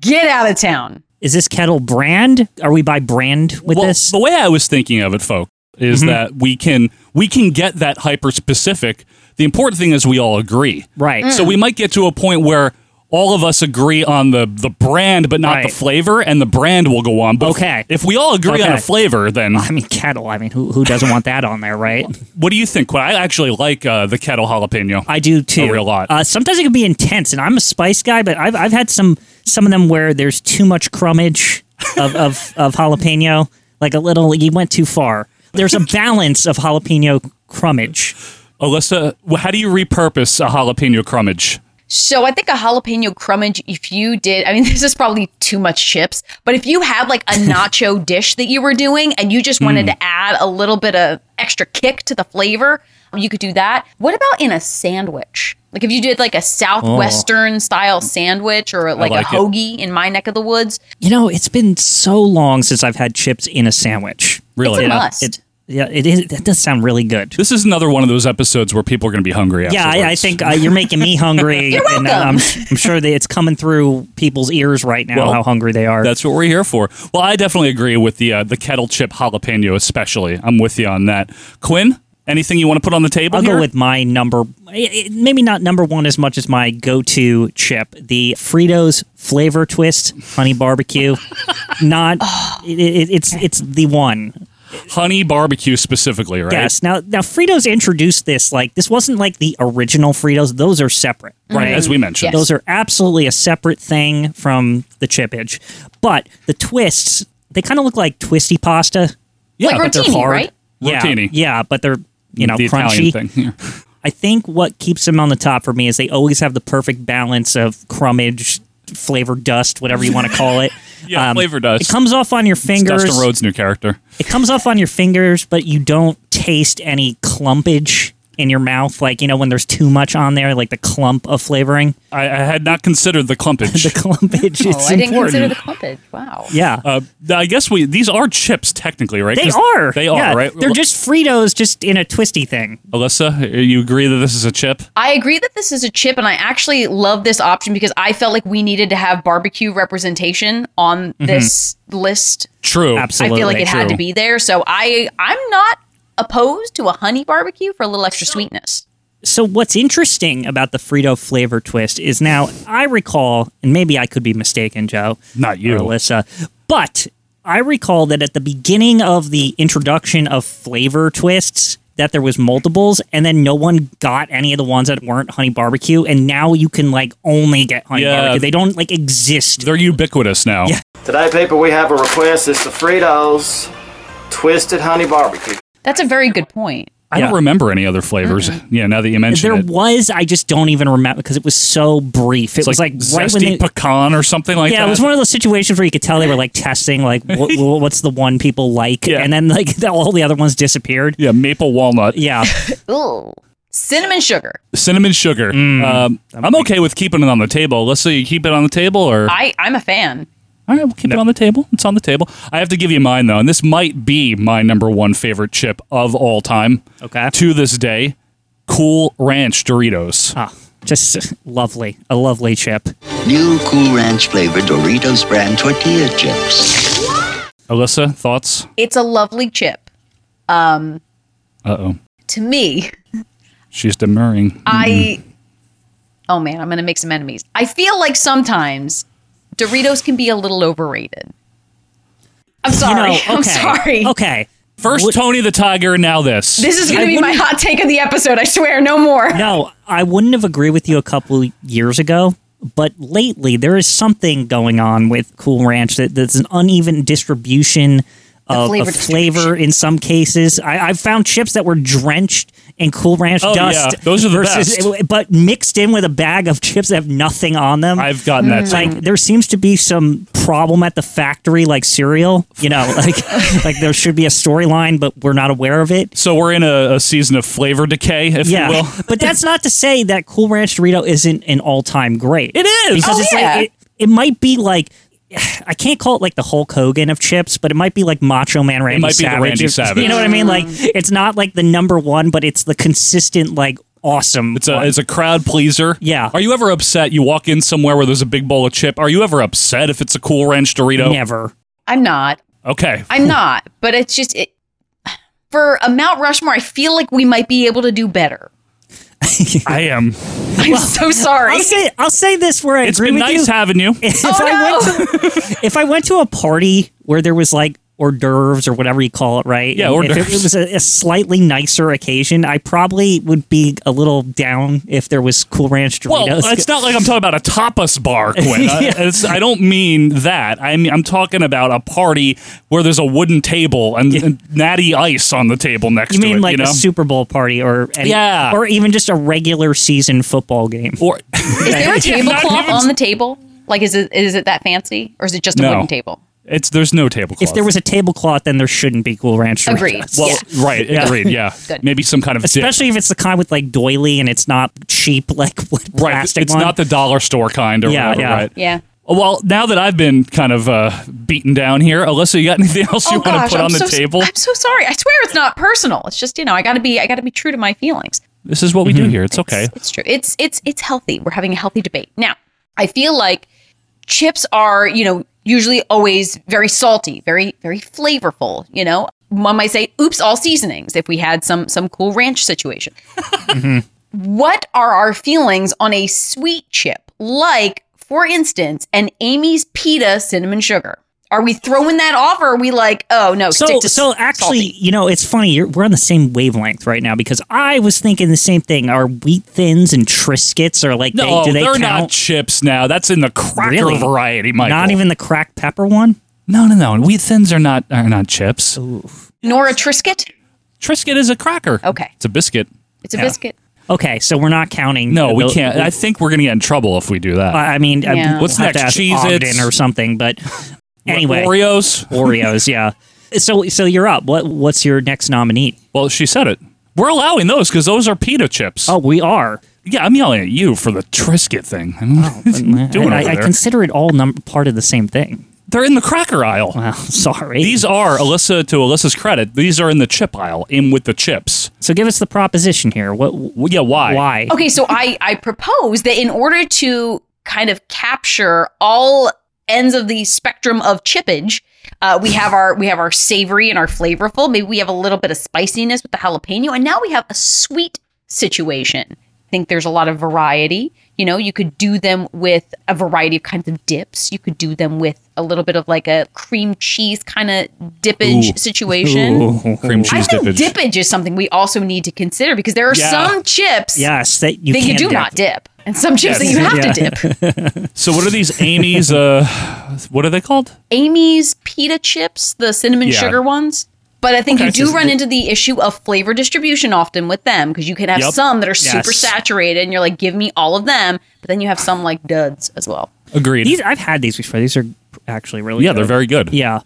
Speaker 15: Get out of town.
Speaker 3: Is this kettle brand? Are we by brand with
Speaker 2: well,
Speaker 3: this?
Speaker 2: the way I was thinking of it, folk, is
Speaker 3: Mhm.
Speaker 2: that we can we can get that hyper specific. The important thing is we all agree,
Speaker 3: Right.
Speaker 2: So
Speaker 3: Mm.
Speaker 2: we might get to a point where all of us agree on the the brand, but not the flavor, and the brand will go on. But okay. If we all agree on
Speaker 3: Okay.
Speaker 2: a flavor, then
Speaker 3: I mean kettle. I mean, who who doesn't want that on there, right?
Speaker 2: what do you think? Well, I actually like uh, the kettle jalapeno.
Speaker 3: I do too.
Speaker 2: A real lot.
Speaker 3: Uh, sometimes it can be intense, and I'm a spice guy, but I've I've had some some of them where there's too much crummage of of, of jalapeno, like a little. You went too far. There's a balance of jalapeno crummage.
Speaker 2: Alyssa, wh- how do you repurpose a jalapeno crummage?
Speaker 15: So I think a jalapeno crummage, if you did, I mean, this is probably too much chips, but if you had like a nacho dish that you were doing and you just wanted
Speaker 16: Mm.
Speaker 15: to add a little bit of extra kick to the flavor, you could do that. What about in a sandwich? Like if you did like a southwestern style sandwich or like,
Speaker 3: Oh. like
Speaker 15: a
Speaker 3: it.
Speaker 15: hoagie in my neck of the woods,
Speaker 3: You know, it's been so long since I've had chips in a sandwich.
Speaker 2: Really? It's a
Speaker 3: You know,
Speaker 15: must.
Speaker 3: it- yeah, it is. That does sound really good.
Speaker 2: This is another one of those episodes where people are going to be hungry.
Speaker 3: Yeah, I, I
Speaker 2: afterwards.
Speaker 3: think uh, you're making me hungry.
Speaker 2: You're
Speaker 3: And, uh,
Speaker 2: welcome.
Speaker 3: I'm, I'm sure that it's coming through people's ears right now
Speaker 2: Well,
Speaker 3: how hungry they are.
Speaker 2: That's what we're here for. Well, I definitely agree with the uh, the kettle chip jalapeno, especially. I'm with you on that. Quinn, anything you want to put on the table?
Speaker 3: I'll
Speaker 2: here?
Speaker 3: go with my number, it- it- maybe not number one as much as my go-to chip, the Fritos flavor twist honey barbecue. not,
Speaker 2: Oh.
Speaker 3: it, it, it's it's the one.
Speaker 2: honey barbecue specifically, right?
Speaker 3: Yes. Now now Fritos introduced this like this wasn't like the original Fritos. Those are separate.
Speaker 2: Right, as we mentioned. Yes.
Speaker 3: Mm-hmm. Those are absolutely a separate thing from the chippage. But the twists, they kind of look like twisty pasta.
Speaker 2: Yeah, Like
Speaker 3: but they're
Speaker 2: rotini,
Speaker 3: hard.
Speaker 2: right?
Speaker 3: Yeah,
Speaker 2: Rotini.
Speaker 3: Yeah, but they're you know
Speaker 2: the
Speaker 3: crunchy.
Speaker 2: Italian thing.
Speaker 3: I think what keeps them on the top for me is they always have the perfect balance of crummage, flavor dust, whatever you want to call it. Um,
Speaker 2: Yeah, flavor dust.
Speaker 3: It comes off on your
Speaker 2: It's
Speaker 3: fingers.
Speaker 2: Dustin Rhodes' new character.
Speaker 3: It comes off on your fingers, but you don't taste any clumpage in your mouth. Like you know when there's too much on there, like the clump of flavoring.
Speaker 2: I, I had not considered the clumpage.
Speaker 3: the clumpage
Speaker 15: oh,
Speaker 3: is
Speaker 15: I didn't
Speaker 3: important.
Speaker 15: consider the crumpage. Wow.
Speaker 3: yeah.
Speaker 2: Uh, I guess we these are chips technically, right?
Speaker 3: They
Speaker 2: 'Cause
Speaker 3: are.
Speaker 2: They are,
Speaker 3: Yeah,
Speaker 2: right?
Speaker 3: They're just Fritos, just in a twisty thing.
Speaker 2: Alyssa, you agree that this is a chip?
Speaker 15: I agree that this is a chip, and I actually love this option because I felt like we needed to have barbecue representation on
Speaker 3: Mm-hmm.
Speaker 2: Mhm.
Speaker 15: this list.
Speaker 2: True.
Speaker 15: I feel like it had
Speaker 2: True.
Speaker 15: to be there. So I, I'm not opposed to a honey barbecue for a little extra sweetness.
Speaker 3: So what's interesting about the Frito flavor twist is now I recall, and maybe I could be mistaken, Joe,
Speaker 2: not you,
Speaker 3: Alyssa, but I recall that at the beginning of the introduction of flavor twists, that there was multiples, and then no one got any of the ones that weren't honey barbecue, and now you can like only get honey
Speaker 2: Yeah.
Speaker 3: barbecue. They don't like exist.
Speaker 2: They're ubiquitous now. Yeah.
Speaker 17: Today, people, we have a request. It's the Fritos Twisted Honey Barbecue.
Speaker 15: That's a very good point.
Speaker 2: I don't remember any other flavors. Yeah, now that you mention
Speaker 3: There
Speaker 2: it.
Speaker 3: was, I just don't even remember because it was so brief. It
Speaker 2: It's
Speaker 3: was like,
Speaker 2: like
Speaker 3: right when
Speaker 2: zesty
Speaker 3: they,
Speaker 2: pecan or something like
Speaker 3: yeah,
Speaker 2: that.
Speaker 3: it was one of those situations where you could tell they were like testing, like what, what's the one people like, and then like the, all the other ones disappeared.
Speaker 2: Yeah, maple walnut.
Speaker 3: Yeah,
Speaker 15: Ooh. Cinnamon sugar.
Speaker 2: Cinnamon sugar. Um, I'm okay with keeping it on the table. Let's say you keep it on the table, or
Speaker 15: I, I'm a fan.
Speaker 2: all right, we'll keep it on the table. It's on the table. I have to give you mine though, and this might be my number one favorite chip of all time.
Speaker 3: Okay.
Speaker 2: To this day, Cool Ranch Doritos.
Speaker 3: Ah, just lovely, a lovely chip.
Speaker 18: New Cool Ranch flavored Doritos brand tortilla chips.
Speaker 2: Alyssa, thoughts?
Speaker 15: It's a lovely chip. Um,
Speaker 2: Uh oh,
Speaker 15: to me,
Speaker 2: she's demurring.
Speaker 15: Uh, I. Oh man, I'm gonna make some enemies. I feel like sometimes Doritos can be a little overrated. I'm sorry. I'm sorry.
Speaker 3: Okay.
Speaker 2: First Tony the Tiger, and now this.
Speaker 15: This is gonna be my hot take of the episode. I swear, no more.
Speaker 3: No, I wouldn't have agreed with you a couple years ago, but lately there is something going on with Cool Ranch that that's an uneven distribution of
Speaker 15: flavor
Speaker 3: of flavor in some cases. I, I've found chips that were drenched in Cool Ranch
Speaker 2: Oh, yeah.
Speaker 3: dust.
Speaker 2: Those are the
Speaker 3: versus,
Speaker 2: best.
Speaker 3: But mixed in with a bag of chips that have nothing on them.
Speaker 2: I've gotten that, Mm. too.
Speaker 3: Like there seems to be some problem at the factory, like cereal. You know, like like there should be a storyline, but we're not aware of it.
Speaker 2: So we're in a, a season of flavor decay, if you will.
Speaker 3: but that's not to say that Cool Ranch Dorito isn't an all-time great.
Speaker 2: It is.
Speaker 3: because
Speaker 2: Oh,
Speaker 3: it's
Speaker 2: yeah.
Speaker 3: like it, it might be like I can't call it like the Hulk Hogan of chips, but it might be like Macho Man Randy
Speaker 2: might be the
Speaker 3: Savage.
Speaker 2: Randy
Speaker 3: if-
Speaker 2: Savage.
Speaker 3: You know what I mean? Like it's not like the number one, but it's the consistent like awesome.
Speaker 2: It's a, it's a crowd pleaser. Yeah. Are you ever upset? You walk in somewhere where there's a big bowl of chip. Are you ever upset if it's a Cool Ranch Dorito?
Speaker 3: Never.
Speaker 15: I'm not.
Speaker 2: Okay.
Speaker 15: I'm not. But it's just it, for a Mount Rushmore. I feel like we might be able to do better.
Speaker 2: I am.
Speaker 15: I'm so sorry.
Speaker 3: I'll say, I'll say this where I
Speaker 2: It's
Speaker 3: agree
Speaker 2: been
Speaker 3: with
Speaker 2: nice
Speaker 3: you.
Speaker 2: having you.
Speaker 3: If, I went to, if I went to a party where there was like hors d'oeuvres or whatever you call it, right?
Speaker 2: Yeah,
Speaker 3: and
Speaker 2: hors
Speaker 3: if it
Speaker 2: d'oeuvres.
Speaker 3: was a, a slightly nicer occasion, I probably would be a little down if there was Cool Ranch Doritos.
Speaker 2: Well, it's not like I'm talking about a tapas bar, Quinn. I,
Speaker 3: Yeah.
Speaker 2: it's- I don't mean that. I mean I'm talking about a party where there's a wooden table and, and natty ice on the table next
Speaker 3: you
Speaker 2: to
Speaker 3: mean
Speaker 2: it.
Speaker 3: like
Speaker 2: you know?
Speaker 3: a Super Bowl party or any,
Speaker 2: Yeah.
Speaker 3: or even just a regular season football game?
Speaker 2: Or
Speaker 15: Is there a
Speaker 2: Not
Speaker 15: tablecloth
Speaker 2: even-
Speaker 15: on the table? Like, is it is it that fancy, or is it just a
Speaker 2: No.
Speaker 15: wooden table?
Speaker 2: It's there's no tablecloth.
Speaker 3: if there was a tablecloth, then there shouldn't be Cool Ranch Doritos.
Speaker 15: Agreed.
Speaker 2: well,
Speaker 15: Yeah.
Speaker 2: right,
Speaker 3: Yeah.
Speaker 2: agreed, yeah.
Speaker 15: Good.
Speaker 2: Maybe some kind of dip.
Speaker 3: Especially if it's the kind with like doily and it's not cheap, like
Speaker 2: right.
Speaker 3: plastic
Speaker 2: It's
Speaker 3: one.
Speaker 2: not the dollar store kind or
Speaker 3: Yeah,
Speaker 2: whatever,
Speaker 3: yeah.
Speaker 2: right?
Speaker 15: Yeah.
Speaker 2: Well, now that I've been kind of uh, beaten down here, Alyssa, you got anything else you
Speaker 15: oh
Speaker 2: want
Speaker 15: gosh,
Speaker 2: to put
Speaker 15: I'm
Speaker 2: on the
Speaker 15: so,
Speaker 2: table?
Speaker 15: I'm so sorry. I swear it's not personal. It's just you know I got to be I got to be true to my feelings.
Speaker 2: This is what we do
Speaker 3: Mm-hmm.
Speaker 2: here. It's okay.
Speaker 15: It's true. It's it's it's healthy. We're having a healthy debate. Now, I feel like chips are, you know, usually always very salty, very very flavorful, you know. One might say, "Oops, all seasonings." If we had some some cool ranch situation.
Speaker 3: Mm-hmm.
Speaker 15: What are our feelings on a sweet chip? Like, for instance, an Amy's pita cinnamon sugar. Are we throwing that off or are we like, "Oh, no,
Speaker 3: so,
Speaker 15: stick to
Speaker 3: so
Speaker 15: s-
Speaker 3: actually,
Speaker 15: salty?
Speaker 3: you know, it's funny. You're, we're on the same wavelength right now because I was thinking the same thing. Are wheat thins and Triscuits are like
Speaker 2: No,
Speaker 3: they, do they
Speaker 2: are
Speaker 3: count?
Speaker 2: not chips now. That's in the cracker
Speaker 3: Really?
Speaker 2: variety, Michael.
Speaker 3: Not even the cracked pepper one.
Speaker 2: No, no, no. Wheat thins are not are not chips.
Speaker 15: nor a Triscuit?
Speaker 2: Triscuit is a cracker.
Speaker 15: Okay.
Speaker 2: It's a biscuit.
Speaker 15: It's a
Speaker 2: Yeah.
Speaker 15: biscuit.
Speaker 3: Okay, so we're not counting.
Speaker 2: No, we
Speaker 3: those-
Speaker 2: can't. I think we're gonna get in trouble if we do that.
Speaker 3: I I mean, I-
Speaker 15: Yeah.
Speaker 2: What's
Speaker 3: we'll have to
Speaker 2: next?
Speaker 3: ask
Speaker 2: Cheez-Its?
Speaker 3: Ogden or something. But anyway,
Speaker 2: Oreos.
Speaker 3: Oreos, yeah. So, so you're up. What, what's your next nominee?
Speaker 2: Well, she said it. We're allowing those because those are pita chips.
Speaker 3: Oh, we are.
Speaker 2: Yeah, I'm yelling at you for the Triscuit thing. I mean, what are you doing
Speaker 3: Oh, I,
Speaker 2: over
Speaker 3: I
Speaker 2: there?
Speaker 3: consider it all num- part of the same thing.
Speaker 2: They're in the cracker aisle.
Speaker 3: Wow, sorry.
Speaker 2: These are Alyssa to Alyssa's credit. These are in the chip aisle, in with the chips.
Speaker 3: so give us the proposition here. What?
Speaker 2: Well, yeah, why?
Speaker 3: Why?
Speaker 15: Okay, so I I propose that in order to kind of capture all ends of the spectrum of chippage, uh, we have our we have our savory and our flavorful. Maybe we have a little bit of spiciness with the jalapeno, and now we have a sweet situation. I think there's a lot of variety. You know, you could do them with a variety of kinds of dips. You could do them with a little bit of like a cream cheese kind of dippage
Speaker 2: Ooh.
Speaker 15: situation.
Speaker 2: Cream
Speaker 15: I
Speaker 2: cheese
Speaker 15: think
Speaker 2: dippage.
Speaker 15: dippage. is something we also need to consider because there are
Speaker 2: Yeah.
Speaker 15: some chips
Speaker 3: Yes, that you
Speaker 15: that you
Speaker 3: can
Speaker 15: do
Speaker 3: dip.
Speaker 15: not dip, and some chips that
Speaker 2: Yes.
Speaker 15: you have
Speaker 3: Yeah.
Speaker 15: to dip.
Speaker 2: so what are these Amy's? Uh, what are they called?
Speaker 15: Amy's pita chips, the cinnamon
Speaker 2: Yeah.
Speaker 15: sugar ones. But I think
Speaker 2: Okay,
Speaker 15: you
Speaker 2: so
Speaker 15: do run
Speaker 2: the-
Speaker 15: into the issue of flavor distribution often with them because you can have
Speaker 2: Yep.
Speaker 15: some that are
Speaker 3: Yes.
Speaker 15: super saturated and you're like, give me all of them. But then you have some like duds as well.
Speaker 2: Agreed.
Speaker 3: These I've had these before. These are actually really.
Speaker 2: yeah, they're
Speaker 3: good.
Speaker 2: very good.
Speaker 3: Yeah,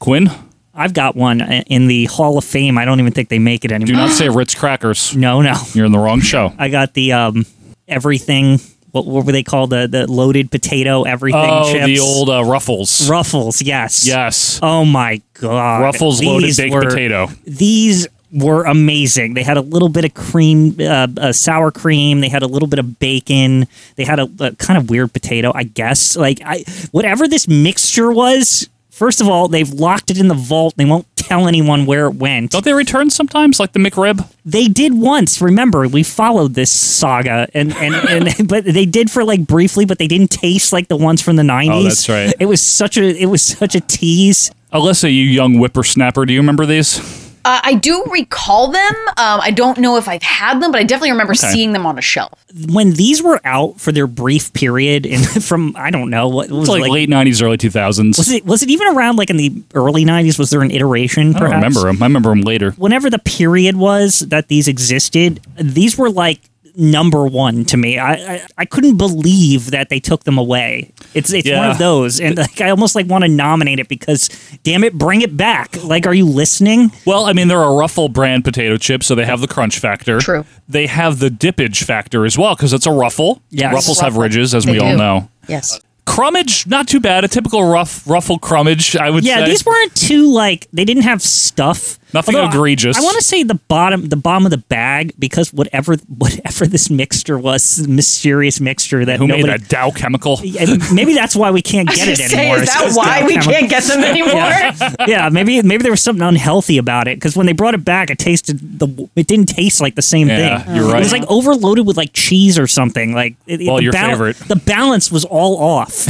Speaker 2: Quinn,
Speaker 3: I've got one i- in the Hall of Fame. I don't even think they make it anymore.
Speaker 2: do not say Ritz crackers.
Speaker 3: No, no.
Speaker 2: You're in the wrong show.
Speaker 3: I got the um everything. What, what were they called? The the loaded potato everything
Speaker 2: Oh,
Speaker 3: chips.
Speaker 2: the old uh, Ruffles.
Speaker 3: ruffles. Yes.
Speaker 2: yes.
Speaker 3: Oh my god.
Speaker 2: Ruffles loaded
Speaker 3: These
Speaker 2: baked
Speaker 3: were-
Speaker 2: potato.
Speaker 3: These were amazing. They had a little bit of cream, uh, uh, sour cream. They had a little bit of bacon. They had a, a kind of weird potato, I guess. Like I, whatever this mixture was. First of all, they've locked it in the vault. They won't tell anyone where it went.
Speaker 2: Don't they return sometimes, like the McRib?
Speaker 3: They did once. Remember, we followed this saga, and and, and but they did for like briefly, but they didn't taste like the ones from the nineties.
Speaker 2: Oh, that's right.
Speaker 3: It was such a it was such a tease.
Speaker 2: Alyssa, you young whippersnapper, do you remember these?
Speaker 15: Uh, I do recall them. Um, I don't know if I've had them, but I definitely remember
Speaker 2: Okay.
Speaker 15: seeing them on a shelf.
Speaker 3: when these were out for their brief period in from I don't know what
Speaker 2: It's
Speaker 3: was
Speaker 2: like,
Speaker 3: like,
Speaker 2: late '90s, early 2000s.
Speaker 3: was it was it even around like in the early nineties? Was there an iteration?
Speaker 2: I don't
Speaker 3: Perhaps?
Speaker 2: remember them. I remember them later.
Speaker 3: Whenever the period was that these existed, these were like number one to me. I I, I couldn't believe that they took them away. It's it's one
Speaker 2: Yeah.
Speaker 3: of those, and like I almost like want to nominate it because damn it, bring it back. Like, are you listening?
Speaker 2: Well, I mean, they're a Ruffle brand potato chip, so they have the crunch factor.
Speaker 15: True.
Speaker 2: They have the dippage factor as well, because it's a Ruffle.
Speaker 3: Yes.
Speaker 2: Ruffles have
Speaker 15: Ruffle.
Speaker 2: ridges, as we all
Speaker 15: do.
Speaker 2: know.
Speaker 15: Yes.
Speaker 2: Crummage, not too bad. A typical rough Ruffle crummage, I would
Speaker 3: Yeah,
Speaker 2: say.
Speaker 3: these weren't too like they didn't have stuff.
Speaker 2: Nothing
Speaker 3: Although I-
Speaker 2: egregious.
Speaker 3: I, want to say the bottom, the bottom of the bag, because whatever, whatever this mixture was, this mysterious mixture that
Speaker 2: Who made
Speaker 3: nobody.
Speaker 2: a Dow chemical?
Speaker 3: and maybe that's why we can't
Speaker 2: I was
Speaker 3: get it
Speaker 2: gonna say,
Speaker 3: anymore.
Speaker 2: is
Speaker 3: It's
Speaker 2: that
Speaker 3: 'cause
Speaker 2: why
Speaker 3: Dow
Speaker 2: we
Speaker 3: chemical-
Speaker 2: can't get them anymore?
Speaker 3: yeah. Yeah, maybe maybe there was something unhealthy about it because when they brought it back, it tasted the it didn't taste like the same
Speaker 2: Yeah,
Speaker 3: thing.
Speaker 2: you're
Speaker 3: It
Speaker 2: right.
Speaker 3: was like overloaded with like cheese or something. Like it, it-
Speaker 2: Well,
Speaker 3: the
Speaker 2: your favorite.
Speaker 3: The balance was all off,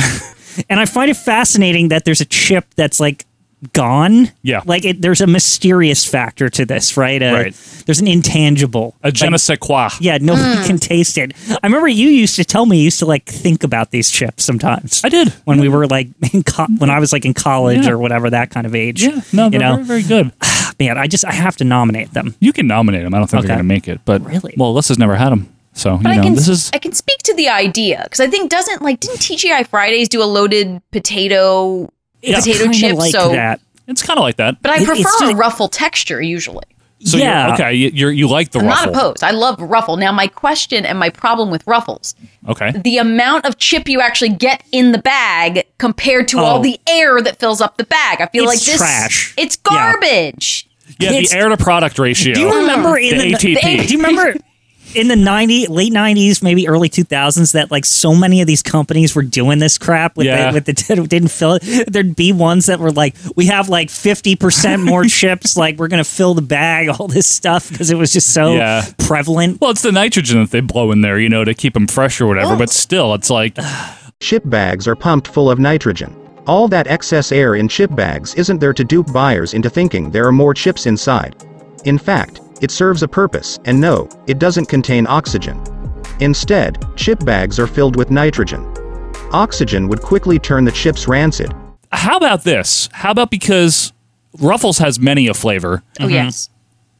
Speaker 3: and I find it fascinating that there's a chip that's like gone.
Speaker 2: Yeah.
Speaker 3: like it, there's a mysterious factor to this, right? Uh,
Speaker 2: Right.
Speaker 3: There's an intangible,
Speaker 2: a je ne sais quoi.
Speaker 3: Yeah, nobody
Speaker 2: Mm.
Speaker 15: Hmm.
Speaker 3: can taste it. I remember you used to tell me you used to like think about these chips sometimes. I
Speaker 2: did
Speaker 3: when we were like in co- when I was like in college
Speaker 2: Yeah.
Speaker 3: or whatever that kind of age.
Speaker 2: Yeah, no,
Speaker 3: you
Speaker 2: they're
Speaker 3: know,
Speaker 2: very, very good.
Speaker 3: man, I just I have to nominate them.
Speaker 2: You can nominate them. I don't think
Speaker 3: Okay.
Speaker 2: they're going to make it, but really, well, this has never had them, so
Speaker 15: But
Speaker 2: you
Speaker 15: I
Speaker 2: know
Speaker 15: can
Speaker 2: this is
Speaker 15: I can speak to the idea because I think doesn't like didn't TGI Fridays do a loaded potato potato
Speaker 2: kinda
Speaker 15: chip?
Speaker 2: like
Speaker 15: so
Speaker 2: that. It's kind of like that,
Speaker 15: but I prefer a ruffle texture usually.
Speaker 2: So you're, okay, you- you're, you like the
Speaker 15: I'm
Speaker 2: ruffle?
Speaker 15: not opposed. I love ruffle. Now my question and my problem with ruffles,
Speaker 2: Okay,
Speaker 15: the amount of chip you actually get in the bag compared to all
Speaker 2: Oh.
Speaker 15: the air that fills up the bag. I feel
Speaker 2: It's
Speaker 15: like this
Speaker 2: trash.
Speaker 15: It's garbage.
Speaker 2: yeah, the
Speaker 3: It's-
Speaker 2: air to product ratio.
Speaker 3: Do you remember in the,
Speaker 2: ATP?
Speaker 3: Do you remember in the 90 late 90s, maybe early 2000s that like so many of these companies were doing this crap with
Speaker 2: Yeah.
Speaker 3: the, with the didn't fill it. There'd be ones that were like we have like 50% more chips like we're going to fill the bag all this stuff because it was just so
Speaker 2: yeah.
Speaker 3: prevalent.
Speaker 2: Well, it's the nitrogen that they blow in there, you know, to keep them fresh or whatever. But still, it's like
Speaker 16: Chip bags are pumped full of nitrogen. All that excess air in chip bags isn't there to dupe buyers into thinking there are more chips inside. In fact, it serves a purpose, and no, it doesn't contain oxygen. Instead, chip bags are filled with nitrogen. Oxygen would quickly turn the chips rancid,
Speaker 2: how about this? How about because Ruffles has many a flavor.
Speaker 15: Oh, yes.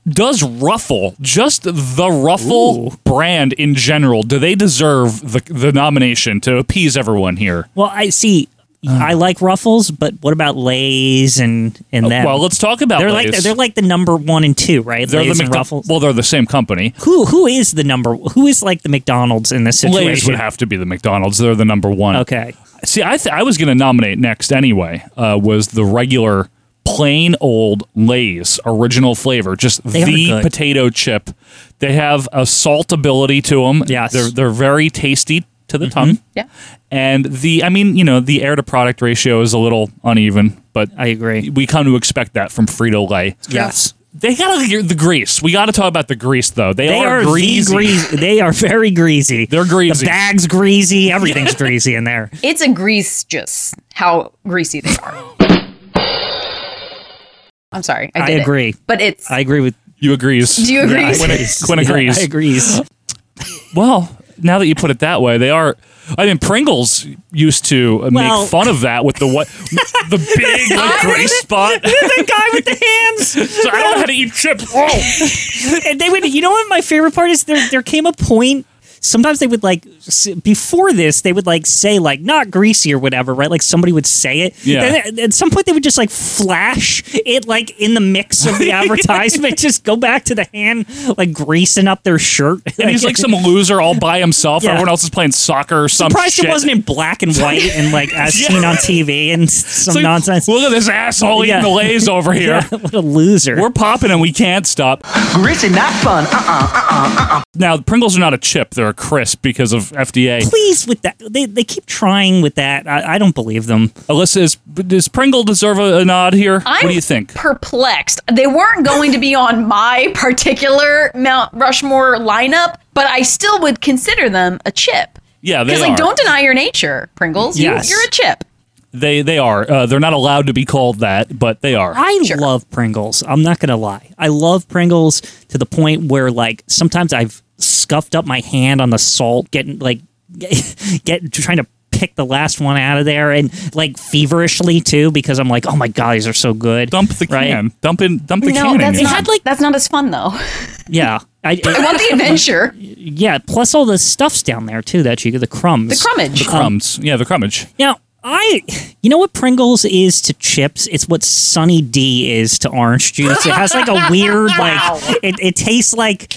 Speaker 2: Does Ruffle, just the Ruffle brand in general, do they deserve the, the nomination to appease everyone here?
Speaker 3: Well, I see
Speaker 2: Uh.
Speaker 3: I like ruffles, but what about Lay's and and them?
Speaker 2: Oh, Well, let's talk about
Speaker 3: they're like
Speaker 2: Lay's.
Speaker 3: they're like the number one and two, right?
Speaker 2: They're
Speaker 3: Lay's
Speaker 2: the
Speaker 3: and
Speaker 2: McDo-
Speaker 3: ruffles.
Speaker 2: Well, they're the same company.
Speaker 3: Who who is the number? Who is like the McDonald's in this situation?
Speaker 2: Lay's would have to be the McDonald's. They're the number one.
Speaker 3: Okay.
Speaker 2: See, I th- I was going to nominate next anyway. Uh, was the regular plain old Lay's original flavor, just
Speaker 3: They are
Speaker 2: the
Speaker 3: good.
Speaker 2: potato chip. They have a salt ability to them. Yes, they're they're very tasty to
Speaker 3: Mm-hmm.
Speaker 2: the tongue.
Speaker 15: Yeah.
Speaker 2: And the, I mean, you know, the air to product ratio is a little uneven, but
Speaker 3: I agree.
Speaker 2: We come to expect that from Frito Lay.
Speaker 3: Yes.
Speaker 2: They gotta get the grease. We gotta talk about the grease though. They,
Speaker 3: They
Speaker 2: are,
Speaker 3: are the
Speaker 2: greasy.
Speaker 3: greasy- They are very greasy. They're
Speaker 2: greasy.
Speaker 3: The bag's greasy. Everything's greasy in there.
Speaker 15: It's a grease just how greasy they are. I'm sorry. I,
Speaker 3: I
Speaker 15: did it.
Speaker 3: agree.
Speaker 15: But it's
Speaker 3: I agree with
Speaker 2: you. Agrees.
Speaker 15: Do you agree?
Speaker 2: Quinn, Quinn
Speaker 3: Yeah,
Speaker 2: agrees.
Speaker 3: I agrees.
Speaker 2: Well, now that you put it that way, they are. I mean, Pringles used to uh,
Speaker 3: Well-
Speaker 2: make fun of that with the what the big like, grease spot.
Speaker 3: the guy with the hands.
Speaker 2: So I don't know how to eat chips. Oh.
Speaker 3: and they would. You know what? My favorite part is there. There came a point. Sometimes they would like s- before this they would like say like not greasy or whatever right like somebody would say it
Speaker 14: Yeah.
Speaker 3: Then at- at some point they would just like flash it like in the mix of the advertisement just go back to the hand like greasing up their shirt
Speaker 2: And he's like some loser all by himself.
Speaker 3: Yeah.
Speaker 2: Everyone else is playing soccer or some
Speaker 3: surprised
Speaker 2: shit.
Speaker 3: it wasn't in black and white and like as
Speaker 2: Yeah.
Speaker 3: seen on TV and s- some
Speaker 2: like,
Speaker 3: nonsense.
Speaker 2: Look at this asshole eating the Lay's over here.
Speaker 3: Yeah, what a loser.
Speaker 2: We're popping and we can't stop.
Speaker 14: Greasy, not fun. Uh-uh.
Speaker 2: Now, Pringles are not a chip; they're a crisp because of FDA.
Speaker 3: Please with that. They, they keep trying with that. I, I don't believe them.
Speaker 2: Alyssa, is, does Pringle deserve a, a nod here?
Speaker 15: I'm
Speaker 2: what do you think?
Speaker 15: perplexed. They weren't going to be on my particular Mount Rushmore lineup, but I still would consider them a chip.
Speaker 2: Yeah, they
Speaker 15: Because
Speaker 2: are.
Speaker 15: like, don't deny your nature, Pringles. You-
Speaker 2: Yes.
Speaker 15: you're a chip.
Speaker 2: They they are. Uh, they're not allowed to be called that, but they are.
Speaker 3: I love Pringles. I'm not gonna lie. I love Pringles to the point where like sometimes I've scuffed up my hand on the salt, getting like get trying to pick the last one out of there and like feverishly too because I'm like, oh my god, these are so good.
Speaker 2: Dump the can. Dump in. Dump the
Speaker 15: No,
Speaker 2: can.
Speaker 15: that's
Speaker 2: in
Speaker 15: not
Speaker 2: here.
Speaker 15: that's not as fun though.
Speaker 3: Yeah. I,
Speaker 15: I want the adventure.
Speaker 3: Yeah, plus all the stuffs down there too that you get the crumbs.
Speaker 15: The crumbage.
Speaker 2: the crumbs.
Speaker 3: um,
Speaker 2: yeah, the crumbage.
Speaker 3: Now, I, you know what Pringles is to chips? It's what Sunny D is to orange juice. It has like a weird, like, it, it tastes like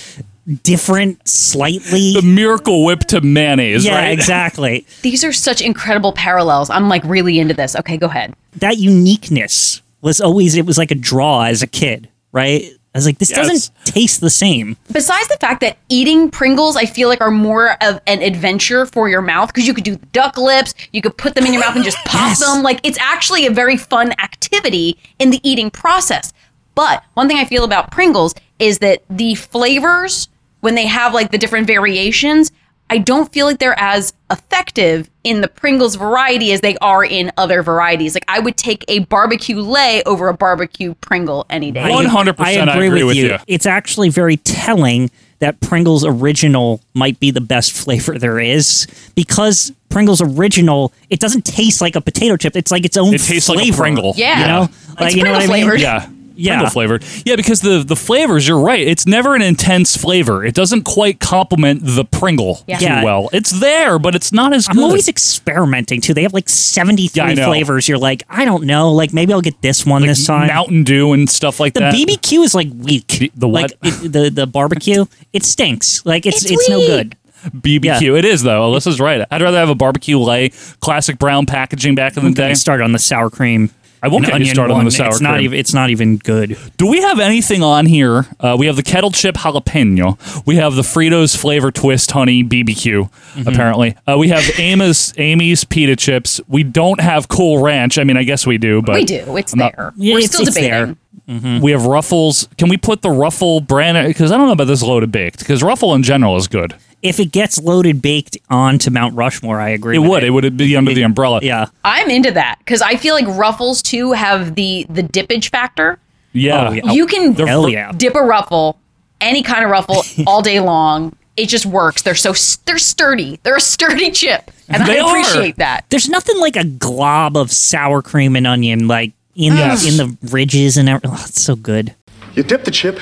Speaker 3: different, slightly. The
Speaker 2: miracle whip to mayonnaise,
Speaker 3: yeah,
Speaker 2: right?
Speaker 3: exactly.
Speaker 15: These are such incredible parallels. I'm like really into this. Okay, go ahead.
Speaker 3: That uniqueness was always, it was like a draw as a kid. right? I was like, this doesn't taste the same.
Speaker 15: Besides the fact that eating Pringles, I feel like are more of an adventure for your mouth because you could do duck lips, you could put them in your mouth and just pop them. Like it's actually a very fun activity in the eating process. But one thing I feel about Pringles is that the flavors, when they have like the different variations, I don't feel like they're as effective in the Pringles variety as they are in other varieties. Like I would take a barbecue lay over a barbecue Pringle any day.
Speaker 3: I- I agree, with, you. It's actually very telling that Pringles original might be the best flavor there is because Pringles original it doesn't taste like a potato chip. It's like its own.
Speaker 2: It tastes like a
Speaker 3: flavor,
Speaker 2: Pringle.
Speaker 15: Yeah.
Speaker 3: you know,
Speaker 15: It's Pringle-flavored.
Speaker 2: Yeah.
Speaker 3: Yeah.
Speaker 2: Pringle flavored. Yeah, because the the flavors, you're right. It's never an intense flavor. It doesn't quite complement the Pringle
Speaker 3: Yeah.
Speaker 2: too
Speaker 3: Yeah.
Speaker 2: well. It's there, but it's not as
Speaker 3: I'm
Speaker 2: good.
Speaker 3: always experimenting too. They have like 73
Speaker 2: Yeah, I know.
Speaker 3: flavors. You're like, I don't know. Like maybe I'll get this one this time.
Speaker 2: Mountain Dew and stuff like
Speaker 3: the
Speaker 2: that.
Speaker 3: BBQ is like weak. The,
Speaker 2: what?
Speaker 3: Like it, the the barbecue, it stinks. Like it's it's, no good.
Speaker 2: BBQ. It is though. Alyssa's right. I'd rather have a barbecue lay, classic brown packaging back in the day.
Speaker 3: Start on the sour cream.
Speaker 2: I won't get
Speaker 3: and
Speaker 2: you
Speaker 3: onion
Speaker 2: started on
Speaker 3: one.
Speaker 2: the sour
Speaker 3: it's
Speaker 2: cream.
Speaker 3: Not even, it's not even good.
Speaker 2: Do we have anything on here? Uh, we have the kettle chip jalapeno. We have the Fritos flavor twist honey BBQ. Apparently, uh, we have Amos Amy's pita chips. We don't have Cool Ranch. I mean, I guess we do, but
Speaker 15: we do. It's
Speaker 2: I'm not-
Speaker 15: there. We're
Speaker 3: it's-
Speaker 15: still
Speaker 3: it's
Speaker 15: debating.
Speaker 3: there. Mm-hmm.
Speaker 2: We have Ruffles. Can we put the Ruffle brand? Because I don't know about this loaded baked. Because Ruffle in general is good.
Speaker 3: If it gets loaded baked onto Mount Rushmore, I agree.
Speaker 2: It
Speaker 3: with
Speaker 2: would. It would be under the umbrella.
Speaker 3: Yeah.
Speaker 15: I'm into that because I feel like ruffles too have the the dippage factor.
Speaker 2: Yeah.
Speaker 3: Oh,
Speaker 15: you can
Speaker 2: They're fr-
Speaker 15: dip a ruffle, any kind of ruffle, all day long. It just works. They're so s- they're sturdy. They're a sturdy chip, and
Speaker 3: They
Speaker 15: I
Speaker 3: are.
Speaker 15: appreciate that.
Speaker 3: There's nothing like a glob of sour cream and onion like in
Speaker 19: Yes.
Speaker 3: the in the ridges and everything. Oh, it's so good.
Speaker 19: You dipped the chip,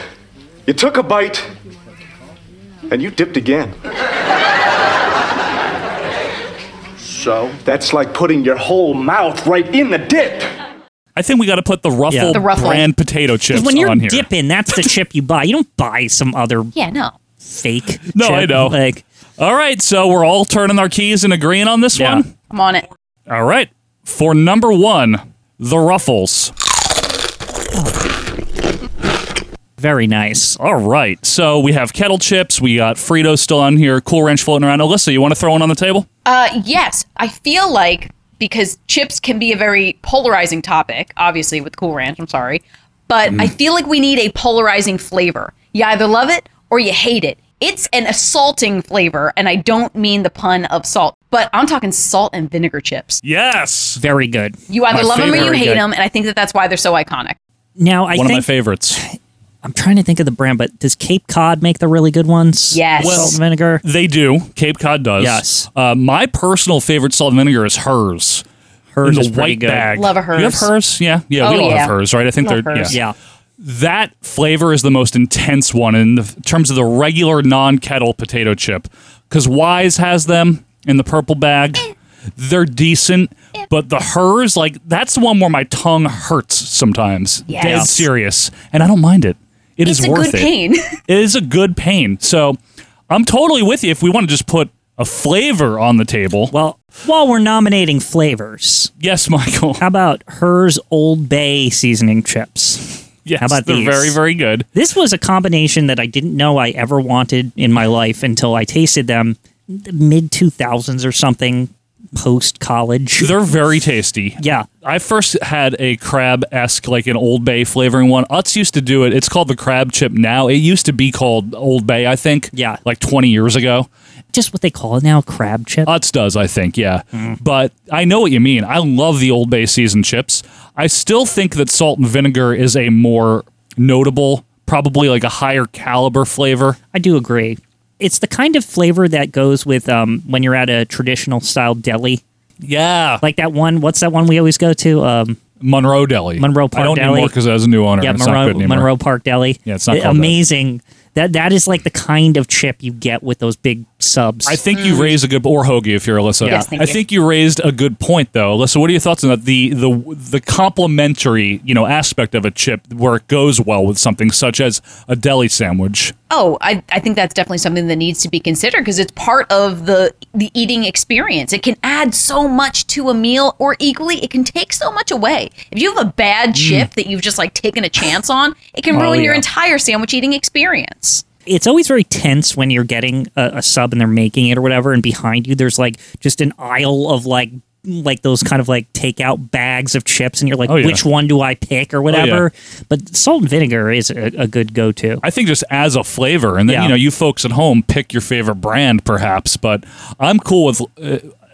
Speaker 19: you took a bite, and you dipped again. So? That's like putting your whole mouth right in the dip.
Speaker 2: I think we got to put the Ruffle,
Speaker 3: The Ruffle.
Speaker 2: brand potato chips
Speaker 3: Because when you're
Speaker 2: on here.
Speaker 3: dipping, that's the chip you buy. You don't buy some other
Speaker 15: Yeah, no.
Speaker 3: fake.
Speaker 2: no,
Speaker 3: chip.
Speaker 2: I know.
Speaker 3: Like,
Speaker 2: all right, so we're all turning our keys and agreeing on this one.
Speaker 15: I'm on it.
Speaker 2: All right. For number one, the Ruffles.
Speaker 3: Very nice.
Speaker 2: All right. So we have kettle chips. We got Fritos still on here. Cool Ranch floating around. Alyssa, you want to throw one on the table?
Speaker 15: Uh, yes, I feel like because chips can be a very polarizing topic, obviously with Cool Ranch. I'm sorry, but
Speaker 2: Mm.
Speaker 15: I feel like we need a polarizing flavor. You either love it or you hate it. It's an assaulting flavor, and I don't mean the pun of salt, but I'm talking salt and vinegar chips.
Speaker 2: Yes.
Speaker 3: Very good.
Speaker 15: You either
Speaker 2: My
Speaker 15: love them or you
Speaker 2: favorite.
Speaker 15: hate them, and I think that that's why they're so iconic.
Speaker 3: Now I
Speaker 2: one of my
Speaker 3: think
Speaker 2: favorites.
Speaker 3: I'm trying to think of the brand, but does Cape Cod make the really good ones?
Speaker 15: Yes.
Speaker 3: Well, salt and vinegar.
Speaker 2: They do. Cape Cod does.
Speaker 3: Yes.
Speaker 2: Uh, my personal favorite salt and vinegar is hers.
Speaker 3: Hers
Speaker 2: In the
Speaker 3: is pretty
Speaker 2: white
Speaker 3: good.
Speaker 2: bag.
Speaker 15: Love a
Speaker 2: You have
Speaker 15: Hers.
Speaker 2: hers? Yeah. Yeah. we
Speaker 15: Oh,
Speaker 2: all
Speaker 15: yeah.
Speaker 2: have hers, right? I think
Speaker 15: Love
Speaker 2: they're.
Speaker 15: Hers.
Speaker 2: Yeah.
Speaker 3: Yeah.
Speaker 2: That flavor is the most intense one in the, terms of the regular non kettle potato chip. Because Wise has them in the purple bag. They're decent, but the hers, like, that's the one where my tongue hurts sometimes.
Speaker 15: Yes.
Speaker 2: Dead serious. And I don't mind it. It
Speaker 15: it's
Speaker 2: is
Speaker 15: a
Speaker 2: worth
Speaker 15: good
Speaker 2: it
Speaker 15: pain.
Speaker 2: it is a good pain. So I'm totally with you if we want to just put a flavor on the table.
Speaker 3: Well, while we're nominating flavors,
Speaker 2: yes, Michael.
Speaker 3: how about hers Old Bay seasoning chips?
Speaker 2: Yes,
Speaker 3: how about
Speaker 2: they're
Speaker 3: these?
Speaker 2: very, very good.
Speaker 3: This was a combination that I didn't know I ever wanted in my life until I tasted them mid 2000s or something post college.
Speaker 2: They're very tasty.
Speaker 3: Yeah.
Speaker 2: I first had a crab esque, like an Old Bay flavoring one. Utz used to do it. It's called the crab chip now. It used to be called Old Bay, I think.
Speaker 3: Yeah.
Speaker 2: Like 20 years ago.
Speaker 3: Just what they call it now, crab chip.
Speaker 2: Utz does, I think, yeah.
Speaker 3: Mm-hmm.
Speaker 2: But I know what you mean. I love the Old Bay seasoned chips. I still think that salt and vinegar is a more notable, probably like a higher caliber flavor.
Speaker 3: I do agree. It's the kind of flavor that goes with um, when you're at a traditional style deli.
Speaker 2: Yeah.
Speaker 3: Like that one, what's that one we always go to? Um,
Speaker 2: Monroe Deli.
Speaker 3: Monroe Park
Speaker 2: I don't
Speaker 3: Deli.
Speaker 2: anymore because I was a new owner.
Speaker 3: yeah,
Speaker 2: and it's not
Speaker 3: Monroe,
Speaker 2: good anymore.
Speaker 3: Monroe Park Deli.
Speaker 2: Yeah, it's not
Speaker 3: Uh,
Speaker 2: called that.
Speaker 3: amazing. That. that is like the kind of chip you get with those big subs.
Speaker 2: I think you raised a good or hoagie if you're Alyssa.
Speaker 3: Yes, thank
Speaker 2: I
Speaker 3: you.
Speaker 2: think you raised a good point though, Alyssa. What are your thoughts on that? The the the complementary you know aspect of a chip where it goes well with something such as a deli sandwich.
Speaker 15: Oh, I, I think that's definitely something that needs to be considered because it's part of the the eating experience. It can add so much to a meal, or equally, it can take so much away. If you have a bad chip that you've just like taken a chance on, it can
Speaker 3: Mm. Oh,
Speaker 15: ruin your
Speaker 3: yeah.
Speaker 15: entire sandwich eating experience.
Speaker 3: it's always very tense when you're getting a, a sub and they're making it or whatever, and behind you there's like just an aisle of like like those kind of like takeout bags of chips, and you're like,
Speaker 2: Oh, yeah. Oh,
Speaker 3: which one do I pick or
Speaker 2: yeah.
Speaker 3: whatever. But salt and vinegar is a, a good go-to.
Speaker 2: I think just as a flavor, and then
Speaker 3: Yeah.
Speaker 2: you know you folks at home pick your favorite brand perhaps. But I'm cool with.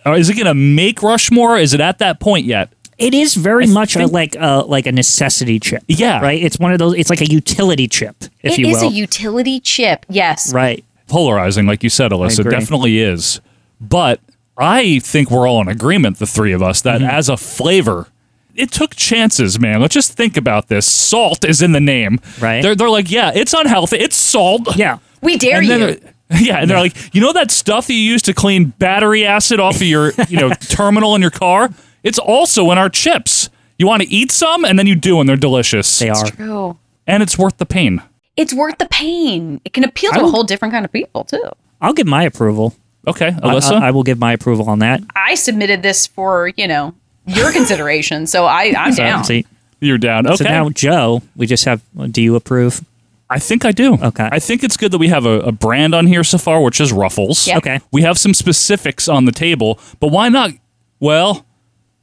Speaker 2: Uh, is it going to make Rushmore? Is it at that point yet?
Speaker 3: It is very
Speaker 2: I
Speaker 3: much
Speaker 2: think-
Speaker 3: a, like a like a necessity chip.
Speaker 2: Yeah.
Speaker 3: right. It's one of those. It's like a utility chip, if
Speaker 15: It
Speaker 3: you
Speaker 15: is
Speaker 3: will.
Speaker 15: a utility chip, yes.
Speaker 3: right.
Speaker 2: polarizing, like you said, Alyssa. It
Speaker 3: agree.
Speaker 2: definitely is. But I think we're all in agreement, the three of us,
Speaker 3: Mm-hmm.
Speaker 2: that as a flavor, it took chances, man. Let's just think about this. Salt is in the name. Right. They're, they're like, yeah, it's unhealthy. It's salt.
Speaker 3: Yeah.
Speaker 15: We dare
Speaker 2: and then
Speaker 15: you.
Speaker 2: they're- Yeah, and they're like, you know that stuff that you use to clean battery acid off of your, you know, terminal in your car? It's also in our chips. You want to eat some, and then you do, and they're delicious. They are.
Speaker 15: True.
Speaker 2: And it's worth the pain.
Speaker 15: It's worth the pain. It can appeal to a whole different kind of people too.
Speaker 3: I'll give my approval.
Speaker 2: Okay,
Speaker 3: Alyssa, I, I will give my approval on that.
Speaker 15: I submitted this for you know your consideration, so I I'm
Speaker 3: So,
Speaker 15: down.
Speaker 3: Uh, see,
Speaker 2: you're down.
Speaker 3: So
Speaker 2: Okay.
Speaker 3: now, Joe, we just have. Do you approve?
Speaker 2: I think I do. Okay. I think it's good that we have a, a brand on here so far, which is Ruffles.
Speaker 3: Yeah. Okay.
Speaker 2: We have some specifics on the table, but why not? Well,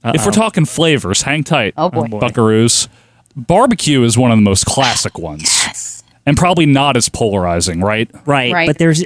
Speaker 2: if we're talking flavors, hang tight.
Speaker 15: Oh, boy. Oh, boy.
Speaker 2: Buckaroos. Barbecue is one of the most classic ones. yes. And probably not as polarizing, right?
Speaker 3: Right. But there's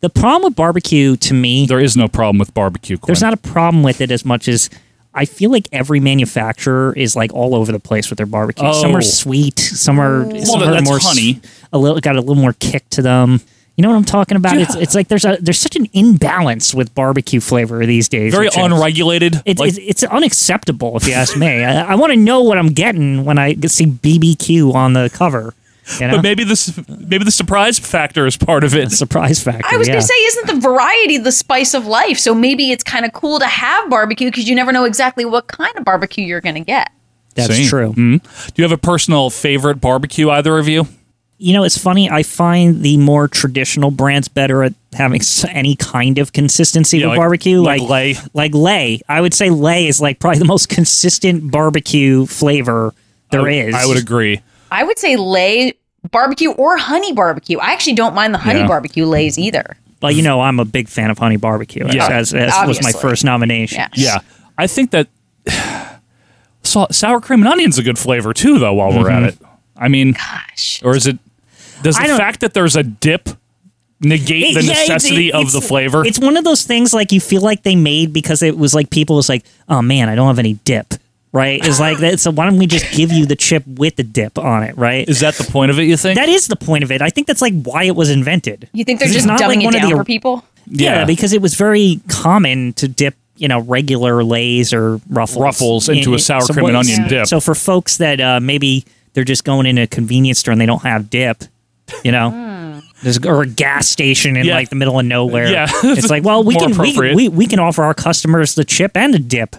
Speaker 3: the problem with barbecue to me.
Speaker 2: There is no problem with barbecue. Quinn.
Speaker 3: There's not a problem with it as much as I feel like every manufacturer is like all over the place with their barbecue. Some
Speaker 2: Oh.
Speaker 3: are sweet, some are
Speaker 2: Well,
Speaker 3: some
Speaker 2: that-
Speaker 3: are
Speaker 2: that's
Speaker 3: more s-
Speaker 2: honey.
Speaker 3: A little got a little more kick to them. You know what I'm talking about? It's
Speaker 2: Yeah.
Speaker 3: it's like there's a there's such an imbalance with barbecue flavor these days.
Speaker 2: Very
Speaker 3: which is-
Speaker 2: unregulated.
Speaker 3: It's,
Speaker 2: like-
Speaker 3: it's, it's unacceptable if you ask me. I, I want to know what I'm getting when I see BBQ on the cover. You know?
Speaker 2: But maybe this maybe the surprise factor is part of it.
Speaker 3: surprise factor.
Speaker 15: I was gonna say, isn't the variety the spice of life? So maybe it's kind of cool to have barbecue because you never know exactly what kind of barbecue you're gonna get.
Speaker 3: That's true.
Speaker 2: Mhm. Do you have a personal favorite barbecue? Either of you?
Speaker 3: you know, it's funny. I find the more traditional brands better at having s- any kind of consistency
Speaker 2: Yeah,
Speaker 3: with
Speaker 2: like-
Speaker 3: barbecue.
Speaker 2: like
Speaker 3: lay, like lay. I would say lay is like probably the most consistent barbecue flavor there
Speaker 2: I-
Speaker 3: is.
Speaker 2: I would agree.
Speaker 15: I would say lay barbecue or honey barbecue. I actually don't mind the honey
Speaker 3: Yeah.
Speaker 15: barbecue lays either.
Speaker 3: But you know, I'm a big fan of honey barbecue.
Speaker 2: Yeah.
Speaker 3: as, as was my
Speaker 15: Obviously.
Speaker 3: first nomination.
Speaker 15: Yeah.
Speaker 2: Yeah, I think that sau- sour cream and onion's a good flavor too, though. While we're at it, I mean,
Speaker 15: gosh,
Speaker 2: or is it? Does the
Speaker 3: Mm-hmm. I don't-
Speaker 2: fact that there's a dip negate the
Speaker 3: Yeah, it's-
Speaker 2: necessity of
Speaker 3: it's-
Speaker 2: the flavor?
Speaker 3: It's one of those things like you feel like they made because it was like people was like, oh man, I don't have any dip. Right? It's like that. So why don't we just give you the chip with the dip on it? Right?
Speaker 2: Is that the point of it? You think?
Speaker 3: That is the point of it. I think that's like why it was invented.
Speaker 15: You think they're
Speaker 3: 'Cause it's
Speaker 15: just
Speaker 3: not
Speaker 15: dumbing
Speaker 3: like one
Speaker 15: it
Speaker 3: of
Speaker 15: down
Speaker 3: the-
Speaker 15: for people?
Speaker 3: Yeah.
Speaker 2: Yeah.
Speaker 3: because it was very common to dip, you know, regular lays or ruffles,
Speaker 2: Ruffles into a sour cream and
Speaker 3: what-
Speaker 2: onion dip.
Speaker 3: So for folks that uh, maybe they're just going in a convenience store and they don't have dip,
Speaker 15: Hmm.
Speaker 3: you know, there's, or a gas station in
Speaker 2: Yeah.
Speaker 3: like the middle of nowhere.
Speaker 2: Yeah.
Speaker 3: it's like, well, we
Speaker 2: More
Speaker 3: can we,
Speaker 2: appropriate.
Speaker 3: we we can offer our customers the chip and a dip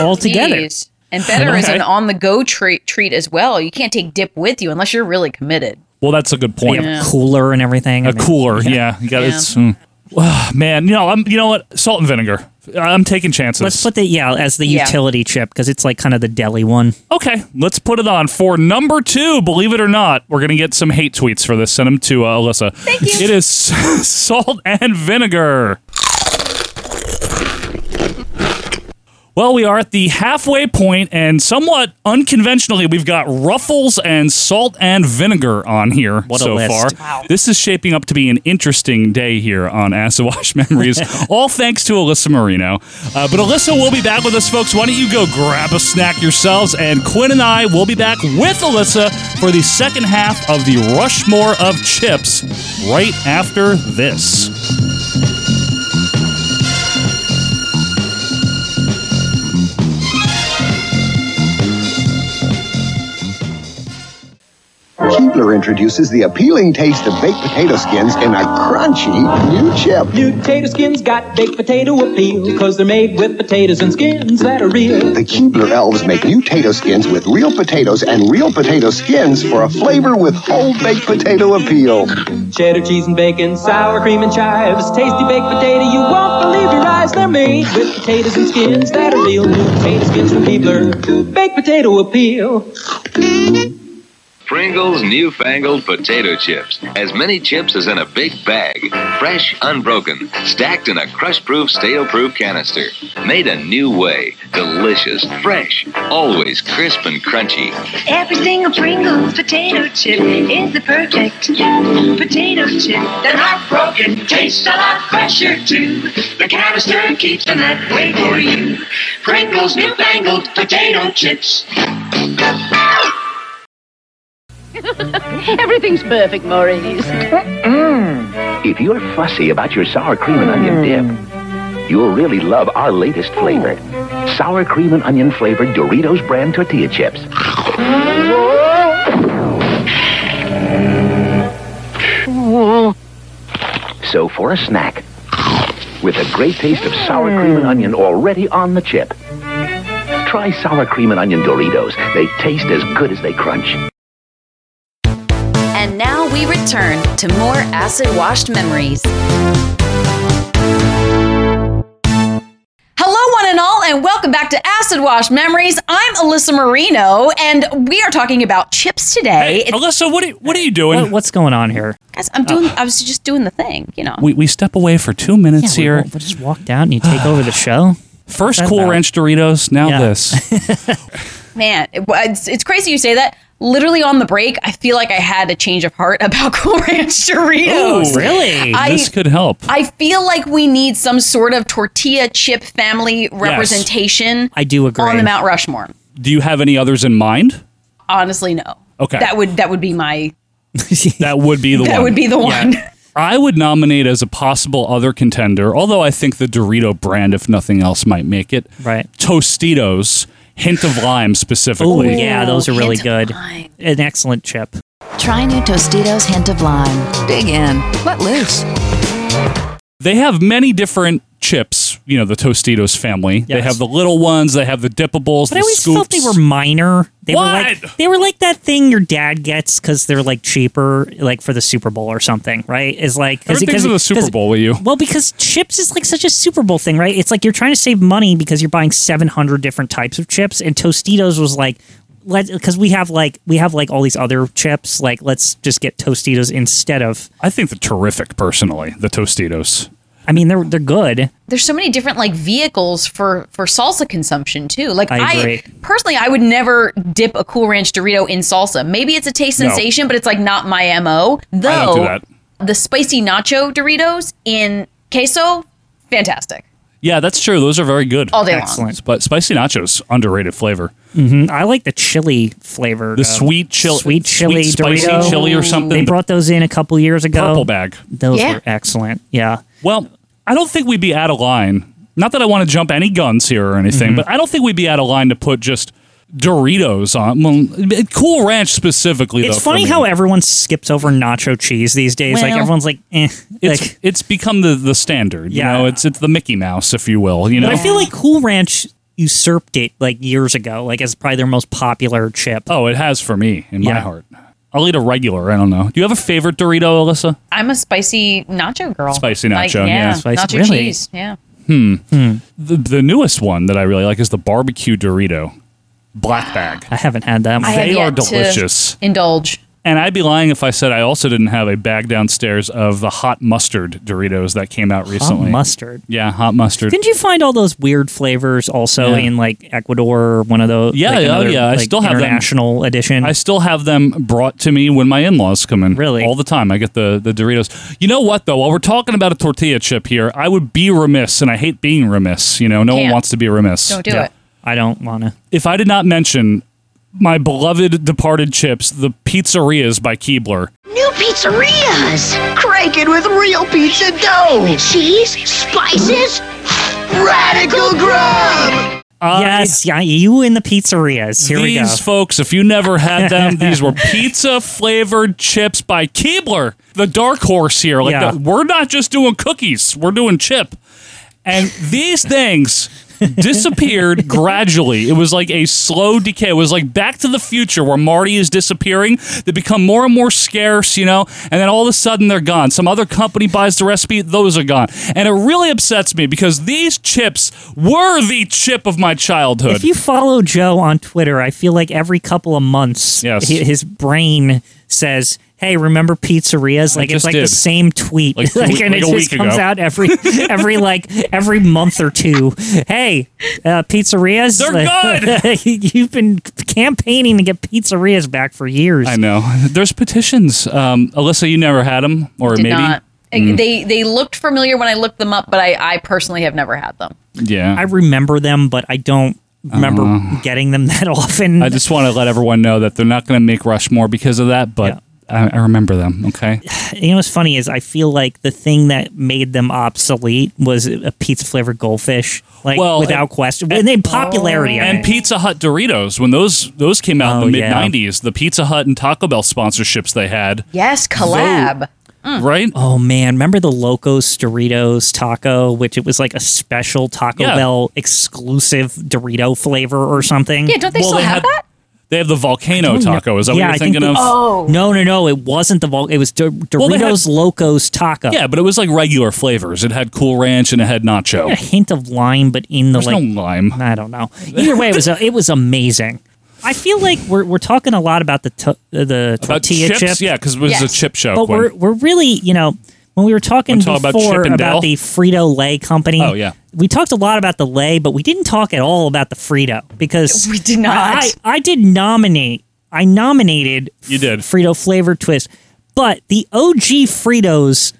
Speaker 3: all together.
Speaker 15: Jeez. And better is
Speaker 3: Okay.
Speaker 15: an on the go treat treat as well. You can't take dip with you unless you're really committed.
Speaker 2: well, that's a good point.
Speaker 15: Yeah.
Speaker 3: Cooler and everything.
Speaker 2: A cooler, yeah. You got
Speaker 15: Yeah.
Speaker 2: it's. mm. Ah, man, you know, I'm. You know what? Salt and vinegar. I'm taking chances.
Speaker 3: Let's put the yeah as the
Speaker 2: Yeah.
Speaker 3: utility chip because it's like kind of the deli one.
Speaker 2: Okay, let's put it on for number two. Believe it or not, we're gonna get some hate tweets for this. Send them to uh, Alyssa. Thank you. It is salt and vinegar. Well, we are at the halfway point, and somewhat unconventionally, we've got Ruffles and Salt and Vinegar on here
Speaker 3: What a
Speaker 2: so
Speaker 3: list.
Speaker 2: far.
Speaker 3: Wow.
Speaker 2: This is shaping up to be an interesting day here on Assawash Memories, all thanks to Alyssa Marino. Uh, but Alyssa will be back with us, folks. Why don't you go grab a snack yourselves? And Quinn and I will be back with Alyssa for the second half of the Rushmore of Chips right after this.
Speaker 20: Keebler introduces the appealing taste of baked potato skins in a crunchy new chip.
Speaker 21: New potato skins got baked potato appeal because they're made with potatoes and skins that are real.
Speaker 20: The Keebler elves make new potato skins with real potatoes and real potato skins for a flavor with whole baked potato appeal.
Speaker 21: Cheddar cheese and bacon, sour cream and chives, tasty baked potato you won't believe your eyes. They're made with potatoes and skins that are real. New potato skins from Keebler, baked potato appeal.
Speaker 22: Pringles newfangled potato chips. As many chips as in a big bag. Fresh, unbroken. Stacked in a crush proof, stale proof canister. Made a new way. Delicious, fresh, always crisp and crunchy.
Speaker 23: Every single Pringles potato chip is the perfect potato chip. They're not broken, tastes a lot fresher too. The canister keeps them that way for you. Pringles newfangled potato chips.
Speaker 24: Everything's perfect, Maurice.
Speaker 25: If you're fussy about your sour cream and onion dip, you'll really love our latest flavor. Sour cream and onion flavored Doritos brand tortilla chips. So for a snack, with a great taste of sour cream and onion already on the chip, try sour cream and onion Doritos. They taste as good as they crunch.
Speaker 1: And now we return to more acid washed memories.
Speaker 15: Hello, one and all, and welcome back to Acid Wash Memories. I'm Alyssa Marino, and we are talking about chips today. It's-
Speaker 2: Alyssa, what are, what are you doing?
Speaker 3: what's going on here?
Speaker 15: guys, I'm doing. I was just doing the thing, you know.
Speaker 2: We, we step away for two minutes
Speaker 3: Yeah, we-
Speaker 2: here.
Speaker 3: we'll just walk down and you take over the show.
Speaker 2: First
Speaker 3: What's that
Speaker 2: Cool
Speaker 3: about?
Speaker 2: Ranch Doritos, now this.
Speaker 15: Man, it- it's, it's crazy you say that. Literally on the break, I feel like I had a change of heart about Cool Ranch Doritos. I,
Speaker 2: this could help.
Speaker 15: I feel like we need some sort of tortilla chip family representation
Speaker 2: I do agree.
Speaker 15: on the Mount Rushmore.
Speaker 2: Do you have any others in mind?
Speaker 15: Honestly, no.
Speaker 2: Okay.
Speaker 15: That would that would be my
Speaker 2: That would be the one.
Speaker 15: That would be the one.
Speaker 2: I would nominate as a possible other contender, although I think the Dorito brand, if nothing else, might make it.
Speaker 3: Right.
Speaker 2: Tostitos, hint of lime
Speaker 3: Oh,
Speaker 2: specifically.
Speaker 3: yeah, those are really good. An excellent chip.
Speaker 1: Try new Tostitos Hint of Lime. Dig in, let loose.
Speaker 2: They have many different chips, you know, the Tostitos family. They
Speaker 3: Yes.
Speaker 2: have the little ones, they have the dippables,
Speaker 3: But
Speaker 2: the
Speaker 3: I always
Speaker 2: scoops.
Speaker 3: felt they were minor. They were like they were like that thing your dad gets because they're like cheaper, like for the Super Bowl or something, right? Is like
Speaker 2: Everything's in the Super Bowl with you.
Speaker 3: Well, because chips is like such a Super Bowl thing, right? It's like you're trying to save money because you're buying 700 different types of chips, and Tostitos was like. Let because we have like we have like all these other chips. Like let's just get Tostitos instead of.
Speaker 2: I think they're terrific personally. The Tostitos.
Speaker 3: I mean they're they're good.
Speaker 15: There's so many different like vehicles for for salsa consumption too. Like
Speaker 3: I agree.
Speaker 15: personally, I would never dip a Cool Ranch Dorito in salsa. Maybe it's a taste
Speaker 2: No.
Speaker 15: sensation, but it's like not my mo. Though
Speaker 2: I don't do that.
Speaker 15: the spicy nacho Doritos in queso, fantastic.
Speaker 2: Yeah, that's true. Those are very good.
Speaker 15: All day long. Excellent.
Speaker 2: But spicy nachos, underrated flavor.
Speaker 3: hmm I like the chili flavor,
Speaker 2: The
Speaker 3: uh,
Speaker 2: sweet chili-
Speaker 3: sweet chili,
Speaker 2: sweet spicy
Speaker 3: Dorito.
Speaker 2: chili or something.
Speaker 3: They brought those in a couple years ago.
Speaker 2: Purple bag.
Speaker 3: Those
Speaker 2: Yeah.
Speaker 3: were excellent. Yeah,
Speaker 2: Well, I don't think we'd be out of line. Not that I want to jump any guns here or anything,
Speaker 3: Mm-hmm.
Speaker 2: but I don't think we'd be out of line to put just Doritos on. Well, cool Ranch specifically.
Speaker 3: it's
Speaker 2: though, for
Speaker 3: funny
Speaker 2: me.
Speaker 3: how everyone skips over nacho cheese these days. like
Speaker 2: Well,
Speaker 3: everyone's like, eh.
Speaker 2: it's
Speaker 3: like,
Speaker 2: it's become the the standard.
Speaker 3: Yeah.
Speaker 2: You know, it's it's the Mickey Mouse, if you will. You know,
Speaker 3: but I feel like Cool Ranch usurped it like years ago. Like as probably their most popular chip.
Speaker 2: oh, it has for me in my
Speaker 3: Yeah.
Speaker 2: heart. I'll eat a regular. I don't know. Do you have a favorite Dorito, Alyssa?
Speaker 15: I'm a spicy nacho girl.
Speaker 2: Spicy
Speaker 15: Like,
Speaker 2: nacho, yeah. Spicy-
Speaker 15: nacho
Speaker 2: really?
Speaker 15: cheese, yeah.
Speaker 2: Hmm. The the newest one that I really like is the barbecue Dorito, black bag.
Speaker 3: I haven't had that.
Speaker 15: I have
Speaker 2: They are
Speaker 15: yet to
Speaker 2: delicious.
Speaker 15: indulge.
Speaker 2: And I'd be lying if I said I also didn't have a bag downstairs of the hot mustard Doritos that came out recently.
Speaker 3: mustard?
Speaker 2: Yeah, hot mustard.
Speaker 3: Didn't you find all those weird flavors also
Speaker 2: Yeah.
Speaker 3: in like Ecuador? or One of those.
Speaker 2: Yeah,
Speaker 3: like,
Speaker 2: yeah,
Speaker 3: another,
Speaker 2: yeah. I
Speaker 3: like,
Speaker 2: still have them.
Speaker 3: international edition.
Speaker 2: I still have them brought to me when my in-laws come in. Really? All the time. I get the, the Doritos. You know what though? While we're talking about a tortilla chip here, I would be remiss and I hate being remiss. You know, no one
Speaker 3: Can't.
Speaker 2: wants to be remiss.
Speaker 3: Don't do Yeah. it. I don't want to.
Speaker 2: If I did not mention my beloved departed chips, the pizzerias by Keebler.
Speaker 12: New pizzerias! Crank it with real pizza dough! Cheese, spices, radical grub!
Speaker 3: yes, yeah, you in the pizzerias. Here we go.
Speaker 2: these folks, if you never had them, these were pizza flavored chips by Keebler, the dark horse here. Like
Speaker 3: Yeah.
Speaker 2: the- we're not just doing cookies, we're doing chip. And these things disappeared gradually. It was like a slow decay. It was like Back to the Future where Marty is disappearing. They become more and more scarce, you know, and then all of a sudden they're gone. Some other company buys the recipe, those are gone. And it really upsets me because these chips were the chip of my childhood.
Speaker 3: If you follow Joe on Twitter, I feel like every couple of months,
Speaker 2: Yes.
Speaker 3: hi- his brain says, "Hey, remember pizzerias?"
Speaker 2: I
Speaker 3: Like
Speaker 2: just
Speaker 3: it's like
Speaker 2: did.
Speaker 3: the same tweet,
Speaker 2: Like
Speaker 3: like,
Speaker 2: two we-
Speaker 3: and
Speaker 2: like
Speaker 3: it
Speaker 2: a
Speaker 3: just
Speaker 2: week
Speaker 3: comes
Speaker 2: ago.
Speaker 3: out every every like every month or two. Hey, uh, pizzerias,
Speaker 2: They're
Speaker 3: good. You've been campaigning to get pizzerias back for years.
Speaker 2: I know. There's petitions. Um, Alyssa, you never had them, or
Speaker 15: Did
Speaker 2: maybe
Speaker 15: not.
Speaker 2: Mm.
Speaker 15: They they looked familiar when I looked them up, but I, I personally have never had them.
Speaker 2: Yeah,
Speaker 3: I remember them, but I don't remember
Speaker 2: Uh-huh.
Speaker 3: getting them that often.
Speaker 2: I just want to let everyone know that they're not going to make Rushmore because of that, but I, I remember them. Okay.
Speaker 3: you know what's funny is I feel like the thing that made them obsolete was a pizza flavored goldfish, like
Speaker 2: Well,
Speaker 3: without
Speaker 2: and- Oh.
Speaker 3: question, and then popularity. I
Speaker 2: and
Speaker 3: mean.
Speaker 2: Pizza Hut Doritos when those those came out
Speaker 3: Oh,
Speaker 2: in the
Speaker 3: yeah.
Speaker 2: mid '90s, the Pizza Hut and Taco Bell sponsorships they had.
Speaker 15: Yes, collab. Mm.
Speaker 2: Right?
Speaker 3: Oh man, remember the Locos Doritos taco, which it was like a special Taco
Speaker 2: Yeah.
Speaker 3: Bell exclusive Dorito flavor or something.
Speaker 15: Yeah, don't they still have that?
Speaker 2: They have the volcano
Speaker 3: don't know.
Speaker 2: taco. Is that what
Speaker 3: Yeah, I
Speaker 2: you're
Speaker 3: think
Speaker 2: thinking
Speaker 3: they-
Speaker 2: of?
Speaker 15: Oh.
Speaker 3: No, no, no. It wasn't the Vol. It was Dor-
Speaker 2: Well, they had-
Speaker 3: Doritos Locos Taco.
Speaker 2: Yeah, but it was like regular flavors. It had Cool Ranch and it had nacho.
Speaker 3: a hint of lime, but in the
Speaker 2: There's
Speaker 3: like
Speaker 2: no lime.
Speaker 3: I don't know. Either way, it was a, it was amazing. I feel like we're we're talking a lot about the to, uh, the
Speaker 2: About
Speaker 3: tortilla
Speaker 2: Uh, chips?
Speaker 3: chip.
Speaker 2: Yeah, 'cause it was a Yes. chip show,
Speaker 3: But
Speaker 2: Quinn.
Speaker 3: we're we're really you know when we were talking
Speaker 2: Wanna talk about
Speaker 3: before
Speaker 2: Chip
Speaker 3: about,
Speaker 2: and Dale?
Speaker 3: the Frito Lay company.
Speaker 2: Oh, yeah.
Speaker 3: we talked a lot about the Lay, but we didn't talk at all about the Frito because
Speaker 15: We did not.
Speaker 3: I, I did nominate. I nominated.
Speaker 2: You did.
Speaker 3: Frito flavored twist, but the OG Fritos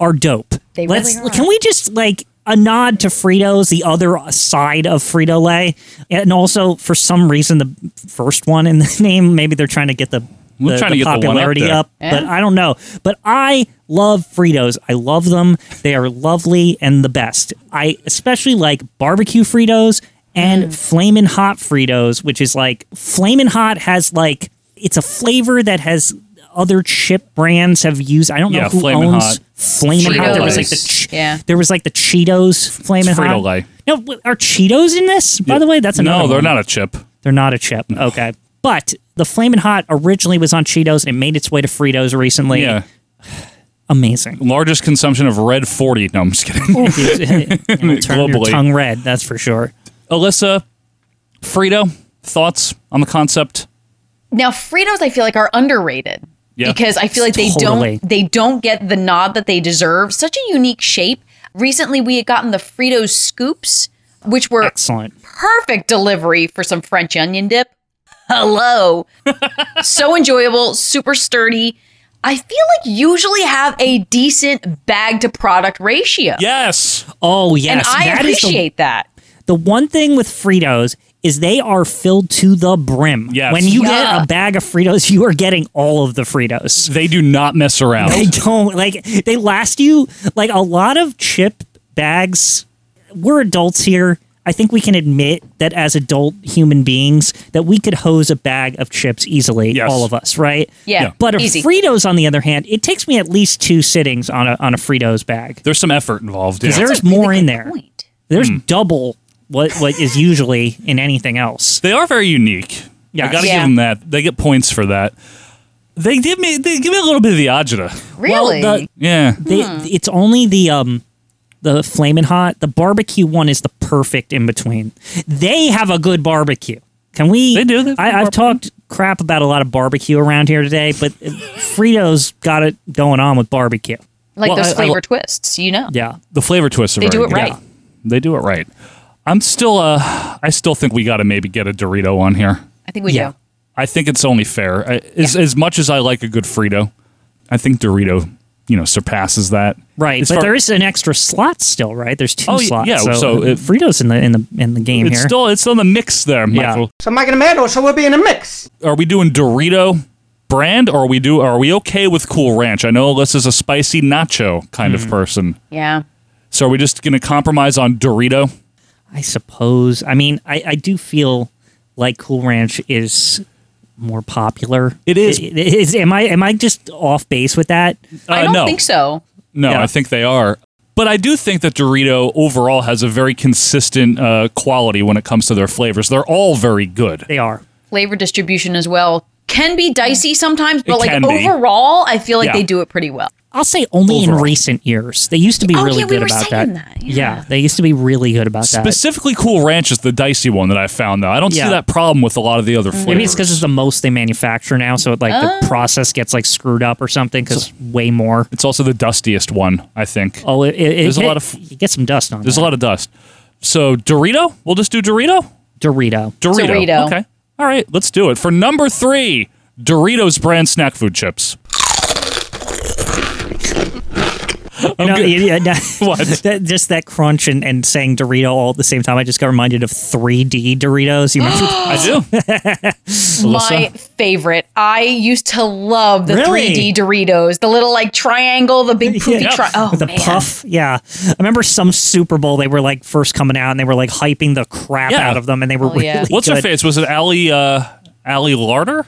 Speaker 3: are dope.
Speaker 15: They really
Speaker 3: Let's
Speaker 15: are.
Speaker 3: can we just like a nod to Fritos, the other side of Frito Lay, and also for some reason the first one in the name. Maybe they're trying to get the,
Speaker 2: We're
Speaker 3: the-
Speaker 2: trying to get
Speaker 3: the
Speaker 2: the one up
Speaker 3: popularity
Speaker 2: there.
Speaker 3: up, but I don't know. But I love Fritos. I love them. They are lovely and the best. I especially like barbecue Fritos and flamin' hot Fritos, which is like flamin' hot has like it's a flavor that has other chip brands have used. I don't know
Speaker 2: Yeah,
Speaker 3: who
Speaker 2: Flamin'
Speaker 3: owns
Speaker 2: Hot.
Speaker 3: Flamin' Hot. There was like the
Speaker 2: Fritos.
Speaker 3: ch-
Speaker 15: Yeah.
Speaker 3: there was like the Cheetos Flamin'
Speaker 2: It's
Speaker 3: Hot.
Speaker 2: Frito-Lay.
Speaker 3: No, w- are Cheetos in this? By the way, that's another.
Speaker 2: no, they're
Speaker 3: one.
Speaker 2: not a chip.
Speaker 3: They're not a chip. Okay, but the Flamin' Hot originally was on Cheetos and it made its way to Fritos recently.
Speaker 2: Yeah.
Speaker 3: Amazing.
Speaker 2: Largest consumption of red 40. No, I'm just kidding.
Speaker 3: It'll turn your
Speaker 2: Globally.
Speaker 3: tongue red. That's for sure.
Speaker 2: Alyssa, Frito, thoughts on the concept?
Speaker 15: Now Fritos I feel like are underrated.
Speaker 2: Yeah.
Speaker 15: Because I feel like they
Speaker 2: Totally.
Speaker 15: don't they don't get the nod that they deserve. Such a unique shape. Recently we had gotten the Fritos scoops, which were
Speaker 3: Excellent.
Speaker 15: perfect delivery for some French onion dip. Hello. so enjoyable, super sturdy. I feel like usually have a decent bag to product ratio.
Speaker 2: Yes.
Speaker 3: Oh yes,
Speaker 15: and I
Speaker 3: That is the-
Speaker 15: appreciate that.
Speaker 3: The one thing with Fritos is they are filled to the brim.
Speaker 2: Yes.
Speaker 3: When you
Speaker 2: Yeah.
Speaker 3: get a bag of Fritos, you are getting all of the Fritos.
Speaker 2: They do not mess around.
Speaker 3: They don't like they last you like a lot of chip bags. We're adults here. I think we can admit that as adult human beings that we could hose a bag of chips easily, all of us, right?
Speaker 2: Yeah, Yeah.
Speaker 3: But a
Speaker 2: easy.
Speaker 3: Fritos, on the other hand, it takes me at least two sittings on a on a Fritos bag
Speaker 2: There's some effort involved. Yeah.
Speaker 3: because there's more in there. There's double what what is usually in anything else.
Speaker 2: They are very unique. I
Speaker 3: Yes.
Speaker 2: gotta give
Speaker 3: Yeah.
Speaker 2: them that. They get points for that. They give me they give me a little bit of the agita.
Speaker 15: Really?
Speaker 3: Well, the-
Speaker 2: Yeah.
Speaker 3: They, It's only the um the flamin' hot. The barbecue one is the perfect in between. They have a good barbecue. Can we? They do. I, I've talked crap about a lot of barbecue around here today, but uh, Fritos got it going on with barbecue.
Speaker 15: like
Speaker 2: Well,
Speaker 15: those
Speaker 2: I- I-
Speaker 15: flavor twists, you know.
Speaker 3: Yeah.
Speaker 2: The flavor twists are
Speaker 15: They do
Speaker 2: very
Speaker 15: it
Speaker 2: good.
Speaker 15: right.
Speaker 2: Yeah. They do it right. I'm still uh I still think we gotta maybe get a Dorito on here.
Speaker 15: I think we do.
Speaker 2: I think it's only fair. I, as, as much as I like a good Frito, I think Dorito, you know, surpasses that.
Speaker 3: Right,
Speaker 2: As
Speaker 3: but
Speaker 2: far-
Speaker 3: there is an extra slot still, right? There's two
Speaker 2: Oh, y-
Speaker 3: slots.
Speaker 2: yeah,
Speaker 3: so, uh,
Speaker 2: so it-
Speaker 3: Fritos in the in the in the game
Speaker 2: it's
Speaker 3: here.
Speaker 2: still it's on the mix there, Michael.
Speaker 14: So Mike and Amanda, so we'll be in a mix.
Speaker 2: Are we doing Dorito brand or are we do are we okay with Cool Ranch? I know Alyssa's a
Speaker 3: Mm.
Speaker 2: spicy nacho kind of person.
Speaker 15: Yeah.
Speaker 2: So are we just gonna compromise on Dorito?
Speaker 3: I suppose. I mean, I, I do feel like Cool Ranch is more popular.
Speaker 2: It is.
Speaker 3: I- is- am I am I just off base with that?
Speaker 15: I don't think so.
Speaker 2: Uh, No,
Speaker 3: Yeah.
Speaker 2: I think they are. But I do think that Dorito overall has a very consistent uh, quality when it comes to their flavors. They're all very good.
Speaker 3: They are.
Speaker 15: Flavor distribution as well can
Speaker 3: Mm.
Speaker 15: be dicey sometimes, but
Speaker 2: It
Speaker 15: like
Speaker 2: can be.
Speaker 15: overall, I feel like
Speaker 3: Yeah.
Speaker 15: they do it pretty well.
Speaker 3: I'll say only in recent years. They used to be
Speaker 15: Oh,
Speaker 3: really
Speaker 15: yeah, we
Speaker 3: good
Speaker 15: were
Speaker 3: about
Speaker 15: saying
Speaker 3: that. Yeah. they used to be really good about that.
Speaker 2: Specifically, Cool Ranch is the dicey one that I found, though. I don't
Speaker 3: Yeah. Mm-hmm.
Speaker 2: see that problem with a lot of the other flavors.
Speaker 3: Maybe it's because it's the most they manufacture now, so it, like
Speaker 15: Oh.
Speaker 3: the process gets like screwed up or something because way more.
Speaker 2: It's also the dustiest one, I think.
Speaker 3: Oh, it, it,
Speaker 2: There's a
Speaker 3: it-
Speaker 2: lot of-
Speaker 3: you get some dust on.
Speaker 2: There's
Speaker 3: that.
Speaker 2: a lot of dust. So Dorito, we'll just do Dorito.
Speaker 3: Dorito.
Speaker 2: Dorito.
Speaker 15: Dorito.
Speaker 2: Okay. All right, let's do it. For number three, Doritos brand snack food chips.
Speaker 3: You know, yeah, yeah, no.
Speaker 2: What?
Speaker 3: That- just that crunch and, and saying Dorito all at the same time. I just got reminded of 3D Doritos. You remember?
Speaker 2: I do.
Speaker 15: My favorite. I used to love the
Speaker 3: Really?
Speaker 15: 3D Doritos, the little like triangle, the big poofy
Speaker 3: Yeah.
Speaker 15: tri- Oh,
Speaker 3: With the
Speaker 15: man.
Speaker 3: puff. Yeah. I remember some Super Bowl they were like first coming out and they were like hyping the crap
Speaker 2: Yeah.
Speaker 3: out of them and they were
Speaker 15: Oh,
Speaker 3: really
Speaker 15: yeah.
Speaker 2: What's her
Speaker 3: good.
Speaker 2: face? Was it Allie uh Allie Larder?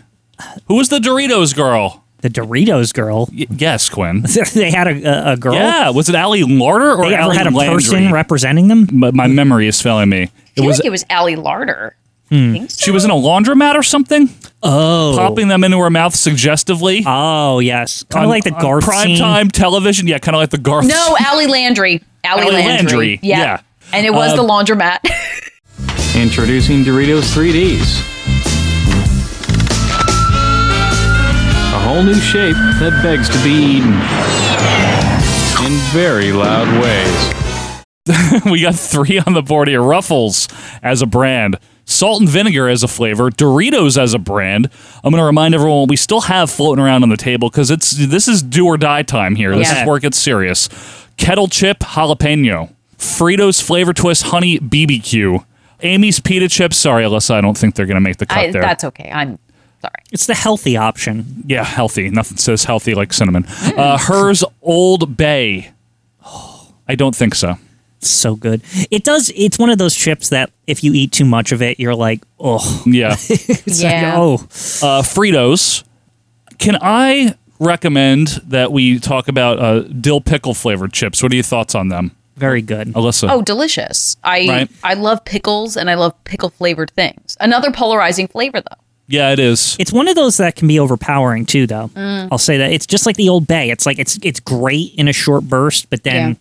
Speaker 2: Who was the Doritos girl?
Speaker 3: The Doritos girl.
Speaker 2: Y- yes, Quinn.
Speaker 3: they had a, a, a girl.
Speaker 2: Yeah, was it Allie Larder or
Speaker 3: They ever
Speaker 2: Allie
Speaker 3: had a
Speaker 2: Landry?
Speaker 3: person representing them?
Speaker 2: my, my memory is failing me.
Speaker 15: I feel like it was Allie Larder.
Speaker 2: She was in a laundromat or something,
Speaker 3: Oh.
Speaker 2: popping them into her mouth suggestively.
Speaker 3: Oh, yes. Kind
Speaker 2: on-
Speaker 3: of like the
Speaker 2: on
Speaker 3: Garth
Speaker 2: prime
Speaker 3: scene.
Speaker 2: time television. Yeah, kind of like the Garth.
Speaker 15: No, Allie Landry. Allie,
Speaker 2: Allie
Speaker 15: Landry.
Speaker 2: Landry,
Speaker 15: Yeah.
Speaker 2: yeah.
Speaker 15: And it was the
Speaker 2: Uh,
Speaker 15: laundromat.
Speaker 6: Introducing Doritos 3Ds. A whole new shape that begs to be eaten in very loud ways.
Speaker 2: we got three on the board here. Ruffles as a brand, salt and vinegar as a flavor, Doritos as a brand. I'm going to remind everyone we still have floating around on the table because it's this is do or die time here. This
Speaker 3: Yeah.
Speaker 2: is where it gets serious. Kettle chip jalapeno, Fritos flavor twist honey BBQ, Amy's pita chips. Sorry, Alyssa, I don't think they're going to make the cut
Speaker 15: I,
Speaker 2: there.
Speaker 15: that's okay. I'm
Speaker 3: It's the healthy option.
Speaker 2: Yeah, healthy. Nothing says healthy like cinnamon. Uh, hers Old Bay. I don't think so.
Speaker 3: So good. It does. It's one of those chips that if you eat too much of it, you're like, oh.
Speaker 2: Yeah.
Speaker 3: It's like,
Speaker 15: Yeah.
Speaker 3: oh.
Speaker 2: Uh, Fritos. Can I recommend that we talk about uh, dill pickle flavored chips? What are your thoughts on them?
Speaker 3: Very good.
Speaker 2: Alyssa.
Speaker 15: oh delicious. I
Speaker 2: Right.
Speaker 15: I love pickles and I love pickle flavored things. Another polarizing flavor though.
Speaker 2: Yeah, it is.
Speaker 3: It's one of those that can be overpowering too, though.
Speaker 15: Mm.
Speaker 3: I'll say that it's just like the old bay. It's like it's it's great in a short burst, but then,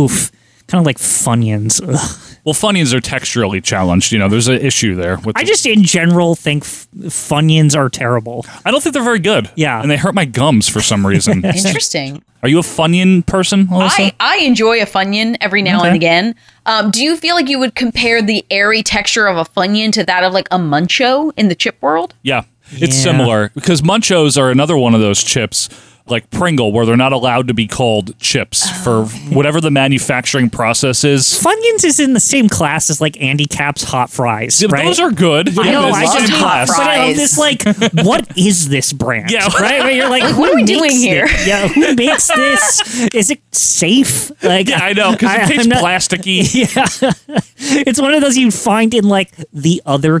Speaker 3: oof, kind of like Funyuns. Ugh.
Speaker 2: Well, Funyuns are texturally challenged. You know, there's an issue there. With
Speaker 3: I just in general think f- Funyuns are terrible.
Speaker 2: I don't think they're very good.
Speaker 3: Yeah.
Speaker 2: And they hurt my gums for some reason.
Speaker 15: Interesting.
Speaker 2: Are you a Funyun person, Alyssa?
Speaker 15: I, I enjoy a Funyun every now
Speaker 2: Okay.
Speaker 15: and again. Um, do you feel like you would compare the airy texture of a Funyun to that of like a Muncho in the chip world?
Speaker 2: Yeah, it's
Speaker 3: Yeah.
Speaker 2: similar because Munchos are another one of those chips like Pringle, where they're not allowed to be called chips
Speaker 3: Oh,
Speaker 2: for whatever the manufacturing process is.
Speaker 3: Funyuns is in the same class as like Andy Cap's hot fries,
Speaker 2: Yeah,
Speaker 3: right?
Speaker 2: Those are good.
Speaker 3: I
Speaker 2: Yeah,
Speaker 3: know,
Speaker 2: they're
Speaker 3: I
Speaker 2: the
Speaker 3: just
Speaker 2: same
Speaker 3: hate
Speaker 2: class.
Speaker 3: But I'm
Speaker 15: fries.
Speaker 3: just like, what is this brand?
Speaker 2: Yeah.
Speaker 3: right. Where you're like,
Speaker 15: Like,
Speaker 3: who
Speaker 15: what are we
Speaker 3: makes
Speaker 15: doing
Speaker 3: it?
Speaker 15: here?
Speaker 3: Yeah, who makes this? Is it safe? Like,
Speaker 2: Yeah, I know because
Speaker 3: I-
Speaker 2: it tastes
Speaker 3: I'm not-
Speaker 2: plasticky.
Speaker 3: Yeah, it's one of those you find in like the other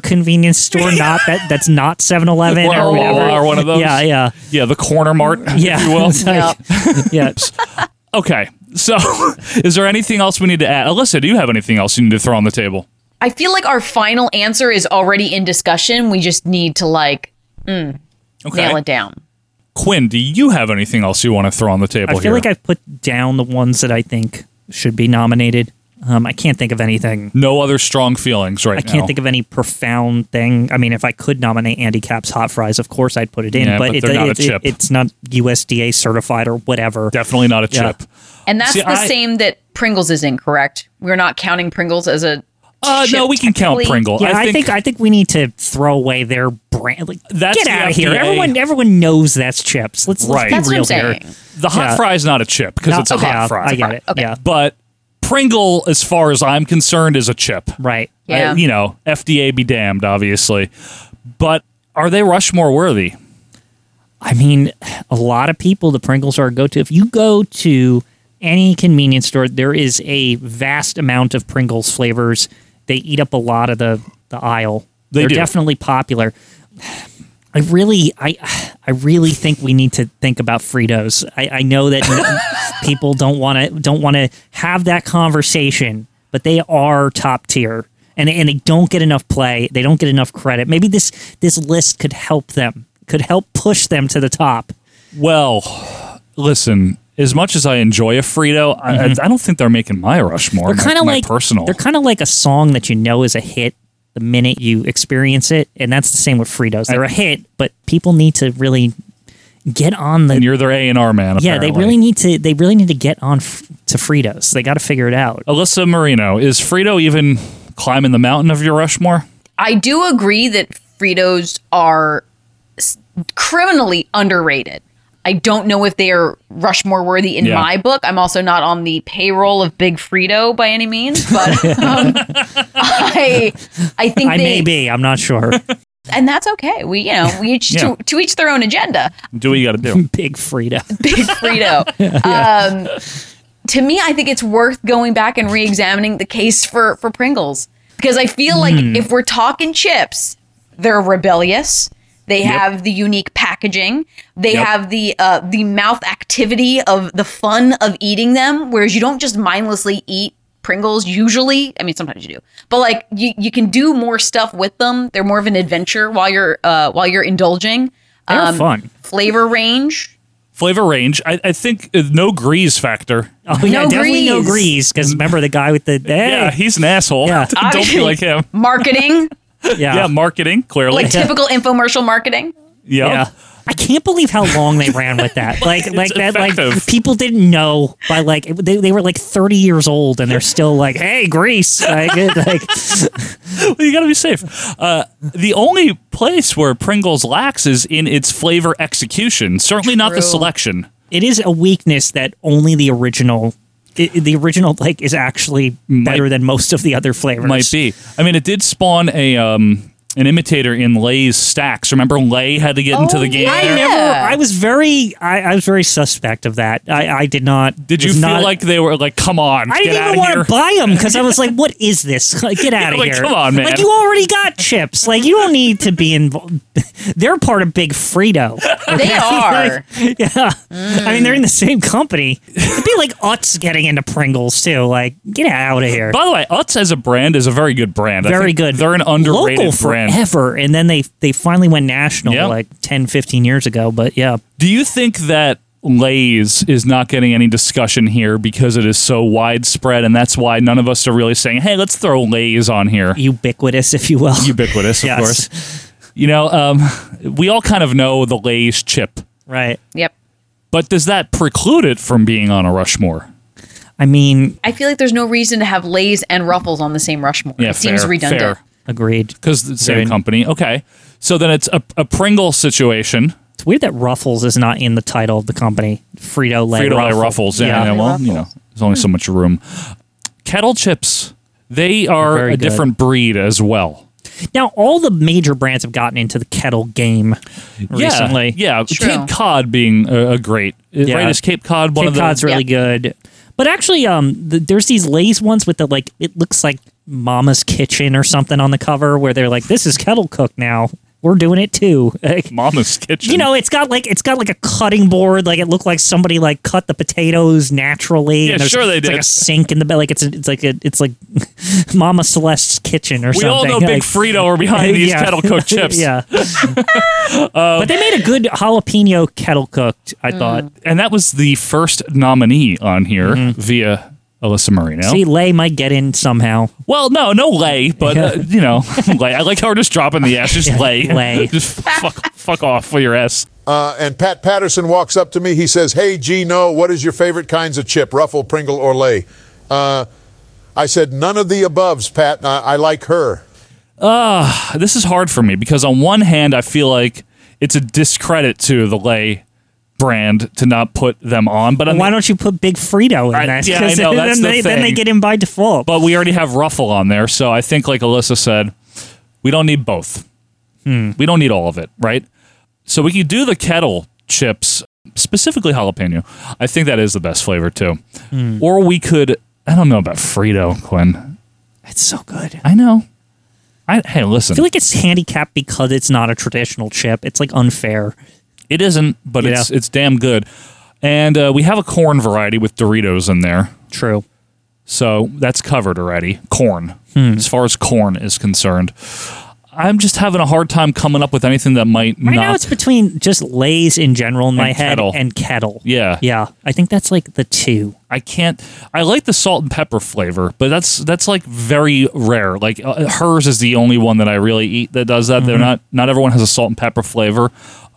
Speaker 3: convenience store, not that that's not 7-Eleven
Speaker 2: Or,
Speaker 3: or whatever,
Speaker 2: or one of those.
Speaker 3: Yeah, yeah,
Speaker 2: yeah. The corner mart,
Speaker 3: yeah.
Speaker 2: if you will.
Speaker 3: It's like- yeah.
Speaker 2: Okay, so is there anything else we need to add? Alyssa, do you have anything else you need to throw on the table?
Speaker 15: I feel like our final answer is already in discussion. We just need to like mm,
Speaker 2: Okay.
Speaker 15: nail it down.
Speaker 2: Quinn, do you have anything else you want to throw on the
Speaker 3: I
Speaker 2: table
Speaker 3: feel
Speaker 2: here?
Speaker 3: like I've put down the ones that I think should be nominated. Um, I can't think of anything.
Speaker 2: no other strong feelings right
Speaker 3: I
Speaker 2: now.
Speaker 3: can't think of any profound thing. I mean, if I could nominate Andy Cap's hot fries, of course I'd put it in.
Speaker 2: Yeah, but
Speaker 3: it,
Speaker 2: they're not a
Speaker 3: it- it-
Speaker 2: chip.
Speaker 3: it's not USDA certified or whatever.
Speaker 2: Definitely not a
Speaker 3: Yeah.
Speaker 2: chip.
Speaker 15: And that's
Speaker 2: See,
Speaker 15: the
Speaker 2: I-
Speaker 15: same that Pringles is incorrect. We're not counting Pringles as a.
Speaker 2: Uh, no,
Speaker 15: chip
Speaker 2: we can count
Speaker 15: technically.
Speaker 2: Pringle.
Speaker 3: Yeah, I
Speaker 2: I
Speaker 3: think I think we need to throw away their brand. Like,
Speaker 2: That's
Speaker 3: get
Speaker 2: the
Speaker 3: out of here!
Speaker 2: FDA.
Speaker 3: Everyone, everyone knows that's chips. Let's, let's
Speaker 2: Right.
Speaker 3: be
Speaker 15: That's what
Speaker 3: real
Speaker 15: I'm
Speaker 3: here.
Speaker 15: saying.
Speaker 2: The hot
Speaker 3: Yeah.
Speaker 2: fry is not a chip because
Speaker 3: No,
Speaker 2: it's a
Speaker 3: okay,
Speaker 2: hot fry.
Speaker 3: I get it.
Speaker 15: Okay.
Speaker 3: Yeah,
Speaker 2: But Pringle, as far as I'm concerned, is a chip.
Speaker 3: right.
Speaker 2: I-
Speaker 15: Yeah.
Speaker 2: you know, FDA be damned, obviously. But are they Rushmore worthy?
Speaker 3: I mean, a lot of people, the Pringles are a go to. If you go to any convenience store, there is a vast amount of Pringles flavors they eat up a lot of the the aisle.
Speaker 2: They
Speaker 3: are
Speaker 2: do.
Speaker 3: definitely popular. I really, I, I really think we need to think about Fritos. I, I know that n- people don't want to don't want to have that conversation, but they are top tier, and and they don't get enough play. They don't get enough credit. Maybe this this list could help them. Could help push them to the top.
Speaker 2: Well, listen. As much as I enjoy a Frito, I I,
Speaker 3: Mhm.
Speaker 2: I don't think they're making my Rushmore.
Speaker 3: They're kind of like
Speaker 2: personal.
Speaker 3: They're kind of like a song that you know is a hit the minute you experience it, and that's the same with Fritos. They're a hit, but people need to really get on the.
Speaker 2: and you're their A and R man.
Speaker 3: yeah, they
Speaker 2: apparently.
Speaker 3: really need to. They really need to get on f- to Fritos. They got to figure it out.
Speaker 2: Alyssa Marino, is Frito even climbing the mountain of your Rushmore?
Speaker 15: I do agree that Fritos are s- criminally underrated. I don't know if they are Rushmore worthy in
Speaker 2: Yeah.
Speaker 15: my book. I'm also not on the payroll of Big Frito by any means, but um, I I think
Speaker 3: I
Speaker 15: they,
Speaker 3: may be. I'm not sure.
Speaker 15: and that's okay. We you know we each
Speaker 3: Yeah.
Speaker 15: to, to each their own agenda.
Speaker 2: do what you got to do.
Speaker 3: Big Frito.
Speaker 15: Big Frito. um, to me, I think it's worth going back and re-examining the case for for Pringles because I feel like
Speaker 7: Hmm.
Speaker 15: if we're talking chips, they're rebellious. They
Speaker 7: Yep.
Speaker 15: have the unique packaging. They
Speaker 7: Yep.
Speaker 15: have the uh, the mouth activity of the fun of eating them. Whereas you don't just mindlessly eat Pringles. Usually, I mean, sometimes you do, but like you, you can do more stuff with them. They're more of an adventure while you're uh, while you're indulging.
Speaker 2: They're
Speaker 15: Um,
Speaker 2: fun.
Speaker 15: Flavor range.
Speaker 2: Flavor range. I, I think uh, no grease factor.
Speaker 3: Oh yeah, definitely no grease. Because remember the guy with the
Speaker 2: Mm. Yeah, he's an asshole. don't be like him.
Speaker 15: Marketing,
Speaker 3: Yeah.
Speaker 2: yeah, marketing clearly.
Speaker 15: like typical infomercial marketing.
Speaker 2: Yeah.
Speaker 3: I can't believe how long they ran with that. Like,
Speaker 2: It's
Speaker 3: like that,
Speaker 2: effective.
Speaker 3: like people didn't know by like they, they were like thirty years old and they're still like, hey, Greece, like, it- like
Speaker 2: well, you got to be safe. Uh, the only place where Pringles lacks is in its flavor execution. Certainly not the
Speaker 3: True.
Speaker 2: selection.
Speaker 3: it is a weakness that only the original, i the original like is actually better than most of the other flavors.
Speaker 2: Might be. I mean, it did spawn a um, an imitator in Lay's stacks. Remember, Lay had to get into the game.
Speaker 3: Oh, I
Speaker 2: there?
Speaker 3: never. I was very. I, I was very suspect of that. I, I did not.
Speaker 2: Did you
Speaker 3: was
Speaker 2: feel
Speaker 3: not-
Speaker 2: like they were like, "Come on,
Speaker 3: I
Speaker 2: get
Speaker 3: didn't
Speaker 2: out
Speaker 3: even
Speaker 2: of
Speaker 3: want
Speaker 2: here"?
Speaker 3: to buy them because I was like, "What is this? Like, Get out of
Speaker 2: like,
Speaker 3: here!"
Speaker 2: come on, man.
Speaker 3: Like you already got chips. Like you don't need to be involved. They're part of Big Frito.
Speaker 15: They
Speaker 3: okay?
Speaker 15: are.
Speaker 3: Like, yeah. I mean, they're in the same company. It'd be like Utz getting into Pringles too. Like, get out of here.
Speaker 2: By the way, Utz as a brand is a very good brand. I
Speaker 3: Very
Speaker 2: think
Speaker 3: good.
Speaker 2: They're an underrated
Speaker 3: Local
Speaker 2: brand.
Speaker 3: forever, and then they they finally went national
Speaker 2: Yeah.
Speaker 3: like 10, 15 years ago. But yeah,
Speaker 2: Do you think that Lay's is not getting any discussion here because it is so widespread, and that's why none of us are really saying, "Hey, let's throw Lay's on here."
Speaker 3: ubiquitous, if you will.
Speaker 2: Ubiquitous, of
Speaker 3: Yes.
Speaker 2: course. You know, um, we all kind of know the Lay's chip,
Speaker 3: right?
Speaker 15: Yep.
Speaker 2: But does that preclude it from being on a Rushmore?
Speaker 3: I mean,
Speaker 15: I feel like there's no reason to have Lay's and Ruffles on the same Rushmore.
Speaker 2: yeah,
Speaker 15: it seems
Speaker 2: fair,
Speaker 15: redundant.
Speaker 2: fair.
Speaker 3: Agreed.
Speaker 2: Because the same
Speaker 3: Very-
Speaker 2: company. Okay, so then it's a, a Pringle situation.
Speaker 3: It's weird that Ruffles is not in the title of the company. Frito Lay.
Speaker 2: Frito Lay Ruffles. Yeah, yeah, well, you know, there's only so much room. Kettle chips, they are
Speaker 3: Very
Speaker 2: a
Speaker 3: good.
Speaker 2: different breed as well.
Speaker 3: Now all the major brands have gotten into the kettle game recently.
Speaker 2: yeah, yeah. Cape Cod being a, a great
Speaker 3: Yeah.
Speaker 2: right is Cape Cod one
Speaker 3: Cape
Speaker 2: of the
Speaker 3: Cod's really good. But actually, um, th- there's these Lay's ones with the like it looks like Mama's Kitchen or something on the cover where they're like, "This is kettle cooked now. We're doing it too." Like,
Speaker 2: Mama's Kitchen.
Speaker 3: You know, it's got like it's got like a cutting board. Like it looked like somebody like cut the potatoes naturally.
Speaker 2: Yeah,
Speaker 3: and there's-
Speaker 2: sure they
Speaker 3: it's Like
Speaker 2: did.
Speaker 3: a sink in the bed. Like it's a, it's like a, it's like Mama Celeste's kitchen or
Speaker 2: We
Speaker 3: something.
Speaker 2: all know Big
Speaker 3: like-
Speaker 2: Frito are behind these
Speaker 3: Yeah.
Speaker 2: kettle cooked chips. Um,
Speaker 3: yeah, but they made a good jalapeno kettle cooked. I thought. Mm-hmm.
Speaker 2: and that was the first nominee on here via Alyssa Marino.
Speaker 3: See, Lay might get in somehow.
Speaker 2: well, no, no lay, but uh, you know, lay. I like how we're just dropping the ass. Just lay,
Speaker 3: lay.
Speaker 2: just fuck, fuck off with your ass.
Speaker 8: Uh, and Pat Patterson walks up to me. He says, Hey, Gino, what is your favorite kinds of chip, Ruffle, Pringle, or Lay? Uh, I said, None of the aboves, Pat. I, I like her.
Speaker 2: Uh, this is hard for me because on one hand, I feel like it's a discredit to the lay brand to not put them on, but on
Speaker 3: Why don't you put Big Frito in
Speaker 2: I-
Speaker 3: that?
Speaker 2: yeah, I
Speaker 3: 'Cause
Speaker 2: know,
Speaker 3: then,
Speaker 2: that's the
Speaker 3: they, then they
Speaker 2: thing.
Speaker 3: get in by default.
Speaker 2: But we already have Ruffle on there, so I think, like Alyssa said, we don't need both.
Speaker 3: Hmm.
Speaker 2: We don't need all of it, right? So we could do the kettle chips, specifically jalapeno. I
Speaker 3: Hmm.
Speaker 2: think that is the best flavor too. Or we could, I don't know about Frito, Quinn.
Speaker 3: It's so good.
Speaker 2: I know. I, hey, listen.
Speaker 3: I feel like it's handicapped because it's not a traditional chip. It's like unfair.
Speaker 2: It isn't, but
Speaker 3: Yeah.
Speaker 2: it's it's damn good. And uh, we have a corn variety with Doritos in there.
Speaker 3: True.
Speaker 2: So that's covered already. Corn,
Speaker 3: Hmm.
Speaker 2: as far as corn is concerned. I'm just having a hard time coming up with anything that might not.
Speaker 3: Right now, it's between just Lay's in general in my
Speaker 2: And
Speaker 3: head
Speaker 2: Kettle.
Speaker 3: and Kettle.
Speaker 2: yeah,
Speaker 3: Yeah, I think that's like the two.
Speaker 2: I can't. I like the salt and pepper flavor, but that's that's like very rare. Like uh, hers is the only one that I really eat that does that.
Speaker 3: Mm-hmm.
Speaker 2: They're not not everyone has a salt and pepper flavor.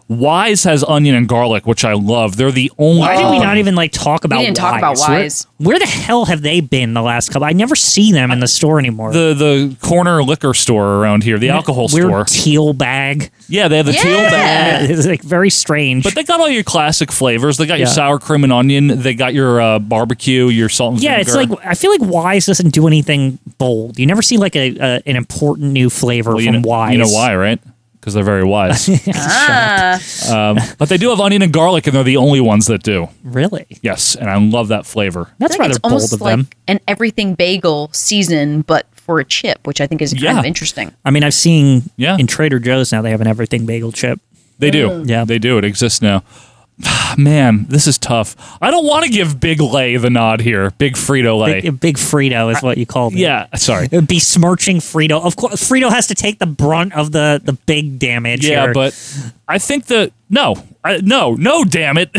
Speaker 2: Wise has onion and garlic, which I love. They're the only.
Speaker 3: Why did we
Speaker 2: company-
Speaker 3: not even like talk about?
Speaker 15: didn't talk about
Speaker 3: Where-
Speaker 15: Wise.
Speaker 3: Where, the hell have they been the last couple? I never see them in the store anymore.
Speaker 2: the the corner liquor store around here, the alcohol
Speaker 3: Weird
Speaker 2: store?
Speaker 3: teal bag.
Speaker 2: Yeah, they have the teal bag.
Speaker 3: It's like very strange.
Speaker 2: But they got all your classic flavors. They got your
Speaker 3: Yeah.
Speaker 2: sour cream and onion. They got your uh, barbecue, your salt and
Speaker 3: yeah,
Speaker 2: vinegar.
Speaker 3: it's like I feel like Wise doesn't do anything bold. You never see like a, a an important new flavor
Speaker 2: Well, you
Speaker 3: from
Speaker 2: know,
Speaker 3: Wise.
Speaker 2: You know why, right? Because they're very wise.
Speaker 15: Ah.
Speaker 2: um, but they do have onion and garlic, and they're the only ones that do.
Speaker 3: Really?
Speaker 2: Yes, and I love that flavor.
Speaker 15: I feel like it's almost like an everything bagel season, but for a chip, which I think is kind
Speaker 2: Yeah.
Speaker 15: of interesting.
Speaker 3: I mean, I've seen yeah. in Trader Joe's now they have an everything bagel chip.
Speaker 2: They do.
Speaker 3: Yeah.
Speaker 2: They do. It exists now. Man, this is tough. I don't want to give Big Lay the nod here. Big Frito Lay.
Speaker 3: Big, big Frito is what you call it.
Speaker 2: yeah, sorry.
Speaker 3: Besmirching Frito. Of course, Frito has to take the brunt of the the big damage.
Speaker 2: Yeah,
Speaker 3: here.
Speaker 2: but I think the no, I, no, no, damn it!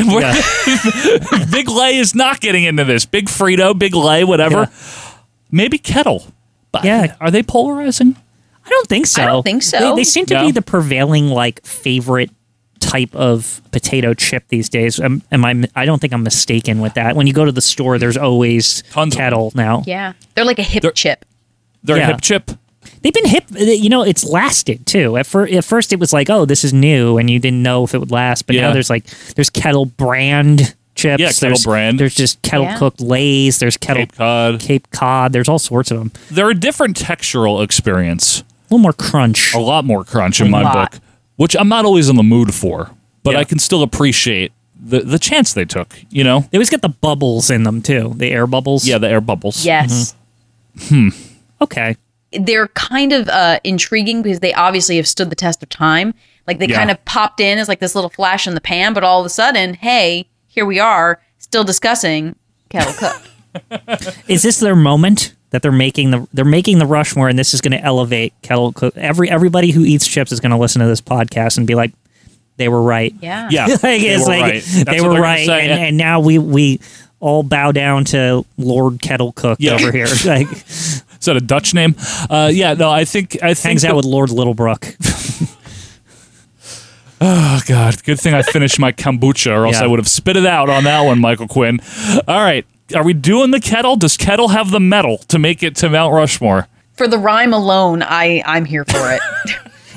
Speaker 2: Big Lay is not getting into this. Big Frito, Big Lay, whatever. Maybe Kettle. But yeah, are they polarizing?
Speaker 3: I don't think so.
Speaker 15: I don't think so.
Speaker 3: They, they seem to
Speaker 2: No.
Speaker 3: be the prevailing like favorite type of potato chip these days. Am, am I? I don't think I'm mistaken with that. When you go to the store, there's always kettle now.
Speaker 15: Yeah. They're like a hip chip.
Speaker 2: They're
Speaker 3: Yeah.
Speaker 2: hip chip.
Speaker 3: They've been hip. uh, You know, it's lasted too. At, fir- at first, it was like, oh, this is new, and you didn't know if it would last. But
Speaker 2: Yeah.
Speaker 3: now there's like there's kettle brand chips.
Speaker 2: Yeah, Kettle
Speaker 3: there's,
Speaker 2: Brand.
Speaker 3: There's just kettle
Speaker 2: Yeah.
Speaker 3: cooked lays. There's kettle Cape
Speaker 2: Cod.
Speaker 3: Cape Cod. There's all sorts of them.
Speaker 2: They're a different textural experience.
Speaker 3: A little more crunch.
Speaker 2: A lot more crunch in
Speaker 3: A
Speaker 2: my
Speaker 3: lot.
Speaker 2: book, which I'm not always in the mood for, but I can still appreciate the the chance they took. You know,
Speaker 3: they always get the bubbles in them too. The air bubbles.
Speaker 2: Yeah, the air bubbles.
Speaker 15: Yes.
Speaker 3: Mhm. Okay.
Speaker 15: They're kind of uh, intriguing because they obviously have stood the test of time. Like they
Speaker 3: Yeah.
Speaker 15: kind of popped in as like this little flash in the pan, but all of a sudden, hey, here we are, still discussing kettle cook.
Speaker 3: Is this their moment that they're making the they're making the Rushmore, and this is going to elevate kettle cook? Every everybody who eats chips is going to listen to this podcast and be like, they were right.
Speaker 15: Yeah.
Speaker 2: Yeah,
Speaker 3: Like,
Speaker 2: they
Speaker 3: it's
Speaker 2: were
Speaker 3: like,
Speaker 2: right. That's
Speaker 3: They
Speaker 2: what
Speaker 3: were
Speaker 2: they're gonna
Speaker 3: right,
Speaker 2: say.
Speaker 3: and, and now we we all bow down to Lord Kettle Cook
Speaker 2: Yeah.
Speaker 3: over here. Like
Speaker 2: Is that a Dutch name? Uh, yeah, no, I think I think
Speaker 3: hangs out
Speaker 2: that-
Speaker 3: with Lord Littlebrook.
Speaker 2: Oh God! Good thing I finished my kombucha, or else
Speaker 3: Yeah.
Speaker 2: I would have spit it out on that one, Michael Quinn. All right, are we doing the kettle? Does kettle have the metal to make it to Mount Rushmore?
Speaker 15: For the rhyme alone, I I'm here for it.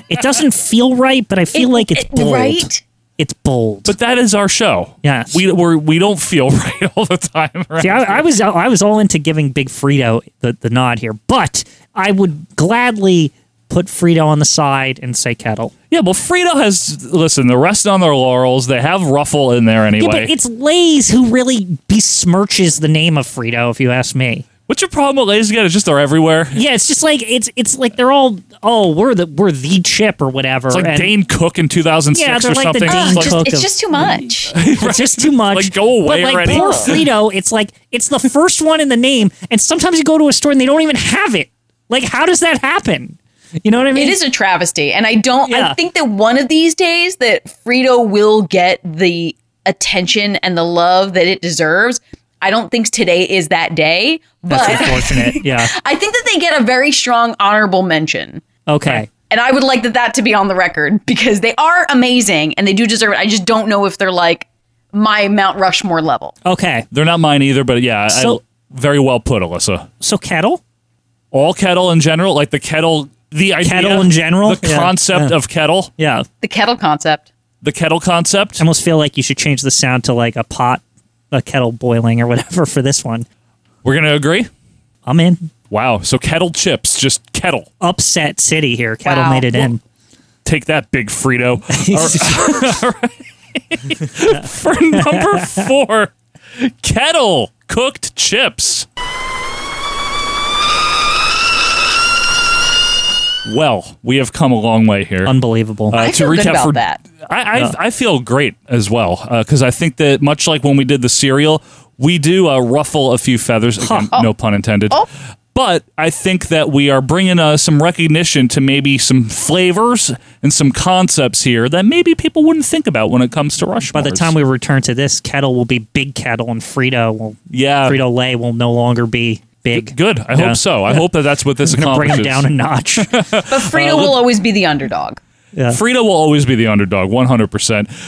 Speaker 3: It doesn't feel right, but I feel
Speaker 15: It-
Speaker 3: like it's
Speaker 15: it-
Speaker 3: bold.
Speaker 15: right?
Speaker 3: It's bold.
Speaker 2: But that is our show.
Speaker 3: Yes.
Speaker 2: we we're, we don't feel right all the time. Right?
Speaker 3: See, I, I was I was all into giving Big Frito the, the nod here, but I would gladly put Frito on the side and say kettle.
Speaker 2: yeah, well, Frito has listen. They're resting on their laurels. They have Ruffle in there anyway.
Speaker 3: Yeah, but it's Lay's who really besmirches the name of Frito, if you ask me.
Speaker 2: What's your problem with Lays again? It's just they're everywhere.
Speaker 3: Yeah, it's just like it's it's like they're all oh we're the we're the chip or whatever.
Speaker 2: It's like
Speaker 3: and
Speaker 2: Dane Cook in 2006
Speaker 3: Yeah, they're
Speaker 2: or
Speaker 3: like the
Speaker 2: something.
Speaker 3: Dane
Speaker 2: It's like-
Speaker 3: Cook
Speaker 15: Ah, It's
Speaker 3: of-
Speaker 15: just too much.
Speaker 3: it's just too much.
Speaker 2: Like, go away
Speaker 3: but like
Speaker 2: already.
Speaker 3: poor Frito, it's like it's the first one in the name, and sometimes you go to a store and they don't even have it. Like, how does that happen? You know what I mean?
Speaker 15: It is a travesty, and I don't.
Speaker 3: Yeah.
Speaker 15: I think that one of these days that Frito will get the attention and the love that it deserves. I don't think today is that day,
Speaker 3: That's
Speaker 15: but
Speaker 3: unfortunate. Yeah.
Speaker 15: I think that they get a very strong honorable mention,
Speaker 3: Okay.
Speaker 15: and I would like that that to be on the record because they are amazing and they do deserve it. I just don't know if they're like my Mount Rushmore level.
Speaker 3: Okay.
Speaker 2: They're not mine either, but yeah,
Speaker 3: So-
Speaker 2: I, very well put, Alyssa.
Speaker 3: So kettle?
Speaker 2: All kettle in general, like the kettle, the idea,
Speaker 3: Kettle in general?
Speaker 2: the
Speaker 3: Yeah,
Speaker 2: concept
Speaker 3: yeah.
Speaker 2: of kettle,
Speaker 3: Yeah.
Speaker 15: The kettle concept.
Speaker 2: the kettle concept.
Speaker 3: I almost feel like you should change the sound to like a pot, a kettle boiling or whatever for this one.
Speaker 2: We're gonna agree.
Speaker 3: I'm in.
Speaker 2: Wow, so kettle chips, just kettle.
Speaker 3: Upset City here. Kettle
Speaker 15: Wow.
Speaker 3: made it in.
Speaker 2: Take that, big Frito. All right. For number four, kettle cooked chips. Well, we have come a long way here.
Speaker 3: Unbelievable.
Speaker 15: I feel good about
Speaker 2: Uh, for
Speaker 15: that.
Speaker 2: I I,
Speaker 15: Yeah.
Speaker 2: I feel great as well because I think that much like when we did the cereal, we do uh, ruffle a few feathers. Again, No pun intended.
Speaker 15: Oh.
Speaker 2: But I think that we are bringing uh, some recognition to maybe some flavors and some concepts here that maybe people wouldn't think about when it comes to Rushmore.
Speaker 3: By the time we return to this, Kettle will be Big Kettle, and Frito will
Speaker 2: yeah
Speaker 3: Frito Lay will no longer be big.
Speaker 2: Good. I hope so. I hope that that's what this
Speaker 3: I'm gonna bring him
Speaker 2: accomplishes.
Speaker 3: down a notch.
Speaker 15: But Frito will always be the underdog.
Speaker 2: Frida will always be the underdog, 100%.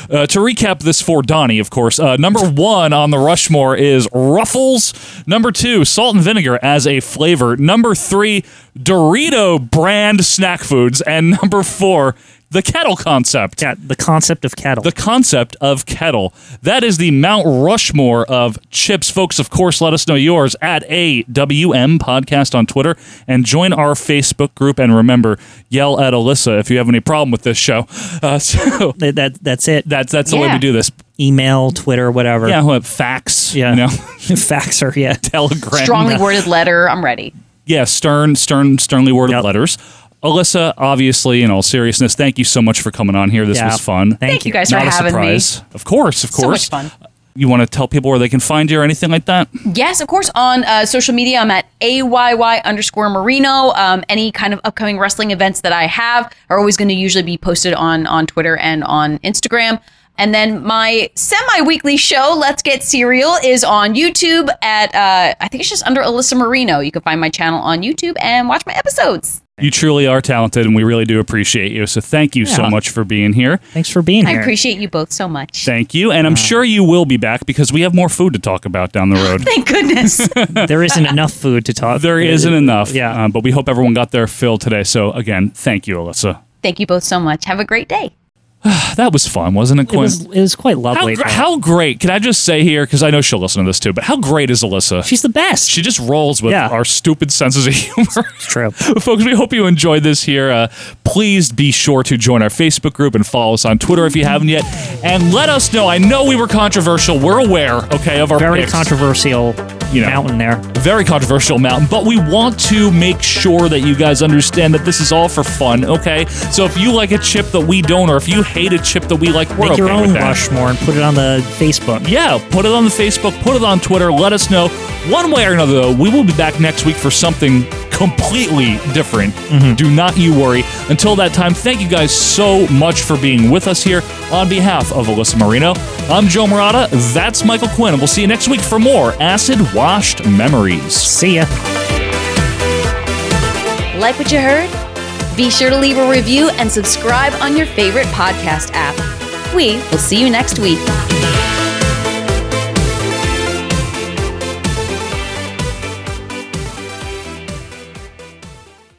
Speaker 2: Uh, to recap this for Donnie, of course, uh, number one on the Rushmore is Ruffles. Number two, salt and vinegar as a flavor. Number three, Dorito brand snack foods. And number four, the kettle concept.
Speaker 3: Yeah, the concept of kettle.
Speaker 2: The concept of kettle. That is the Mount Rushmore of chips. Folks, of course, let us know yours at AWM Podcast on Twitter and join our Facebook group. And remember, yell at Alyssa if you have any problem with this show. Uh, so
Speaker 3: that, that's it.
Speaker 2: That's that's the way
Speaker 3: Yeah.
Speaker 2: we do this.
Speaker 3: Email, Twitter, whatever.
Speaker 2: Yeah, what, fax. Yeah, you know,
Speaker 3: faxer. Yeah,
Speaker 2: telegram.
Speaker 15: Strongly worded letter. I'm ready.
Speaker 2: Yeah, stern, stern, sternly worded letters. Alyssa, obviously, in all seriousness, thank you so much for coming on here. This
Speaker 15: Yeah.
Speaker 2: was fun.
Speaker 15: Thank Thank you. you guys for
Speaker 2: Not a
Speaker 15: having me.
Speaker 2: surprise. Of course, of
Speaker 15: So
Speaker 2: course. Uh,
Speaker 15: much fun.
Speaker 2: You want to tell people where they can find you or anything like that?
Speaker 15: Yes, of course. On uh, social media, I'm at AYY underscore Marino. Um, any kind of upcoming wrestling events that I have are always going to usually be posted on, on Twitter and on Instagram. And then my semi weekly show, Let's Get Serial, is on YouTube at, uh, I think it's just under Alyssa Marino. You can find my channel on YouTube and watch my episodes.
Speaker 2: You truly are talented, and we really do appreciate you. So thank you so
Speaker 15: Yeah.
Speaker 2: much for being here.
Speaker 3: Thanks for being
Speaker 15: I appreciate you both so much.
Speaker 2: Thank you, and I'm sure you will be back because we have more food to talk about down the road.
Speaker 15: Thank goodness.
Speaker 3: there isn't enough food to talk.
Speaker 2: there isn't enough, uh, yeah. but we hope everyone got their fill today. So again, thank you, Alyssa.
Speaker 15: Thank you both so much. Have a great day.
Speaker 2: That was fun, wasn't it, Quinn?
Speaker 3: it was quite lovely.
Speaker 2: How, gr- how great! Can I just say here because I know she'll listen to this too. But how great is Alyssa?
Speaker 3: She's the best.
Speaker 2: She just rolls with
Speaker 3: Yeah.
Speaker 2: our stupid senses of humor. It's
Speaker 3: true,
Speaker 2: folks. We hope you enjoyed this here. Uh, please be sure to join our Facebook group and follow us on Twitter if you haven't yet, and let us know. I know we were controversial. We're aware, okay, of our
Speaker 3: Very
Speaker 2: picks.
Speaker 3: controversial
Speaker 2: you know,
Speaker 3: mountain there.
Speaker 2: Very controversial mountain, but we want to make sure that you guys understand that this is all for fun, okay? So if you like a chip that we don't, or if you hate a chip that we like, we're
Speaker 3: Make
Speaker 2: okay
Speaker 3: your own
Speaker 2: with that.
Speaker 3: Rushmore and put it on the Facebook.
Speaker 2: Yeah, put it on the Facebook, put it on Twitter, let us know. One way or another, though, we will be back next week for something completely different. Do not you worry. Until that time, thank you guys so much for being with us here. On behalf of Alyssa Marino, I'm Joe Morata. That's Michael Quinn, and we'll see you next week for more Acid Washed Memories.
Speaker 3: See ya.
Speaker 15: Like what you heard? Be sure to leave a review and subscribe on your favorite podcast app. We will see you next week.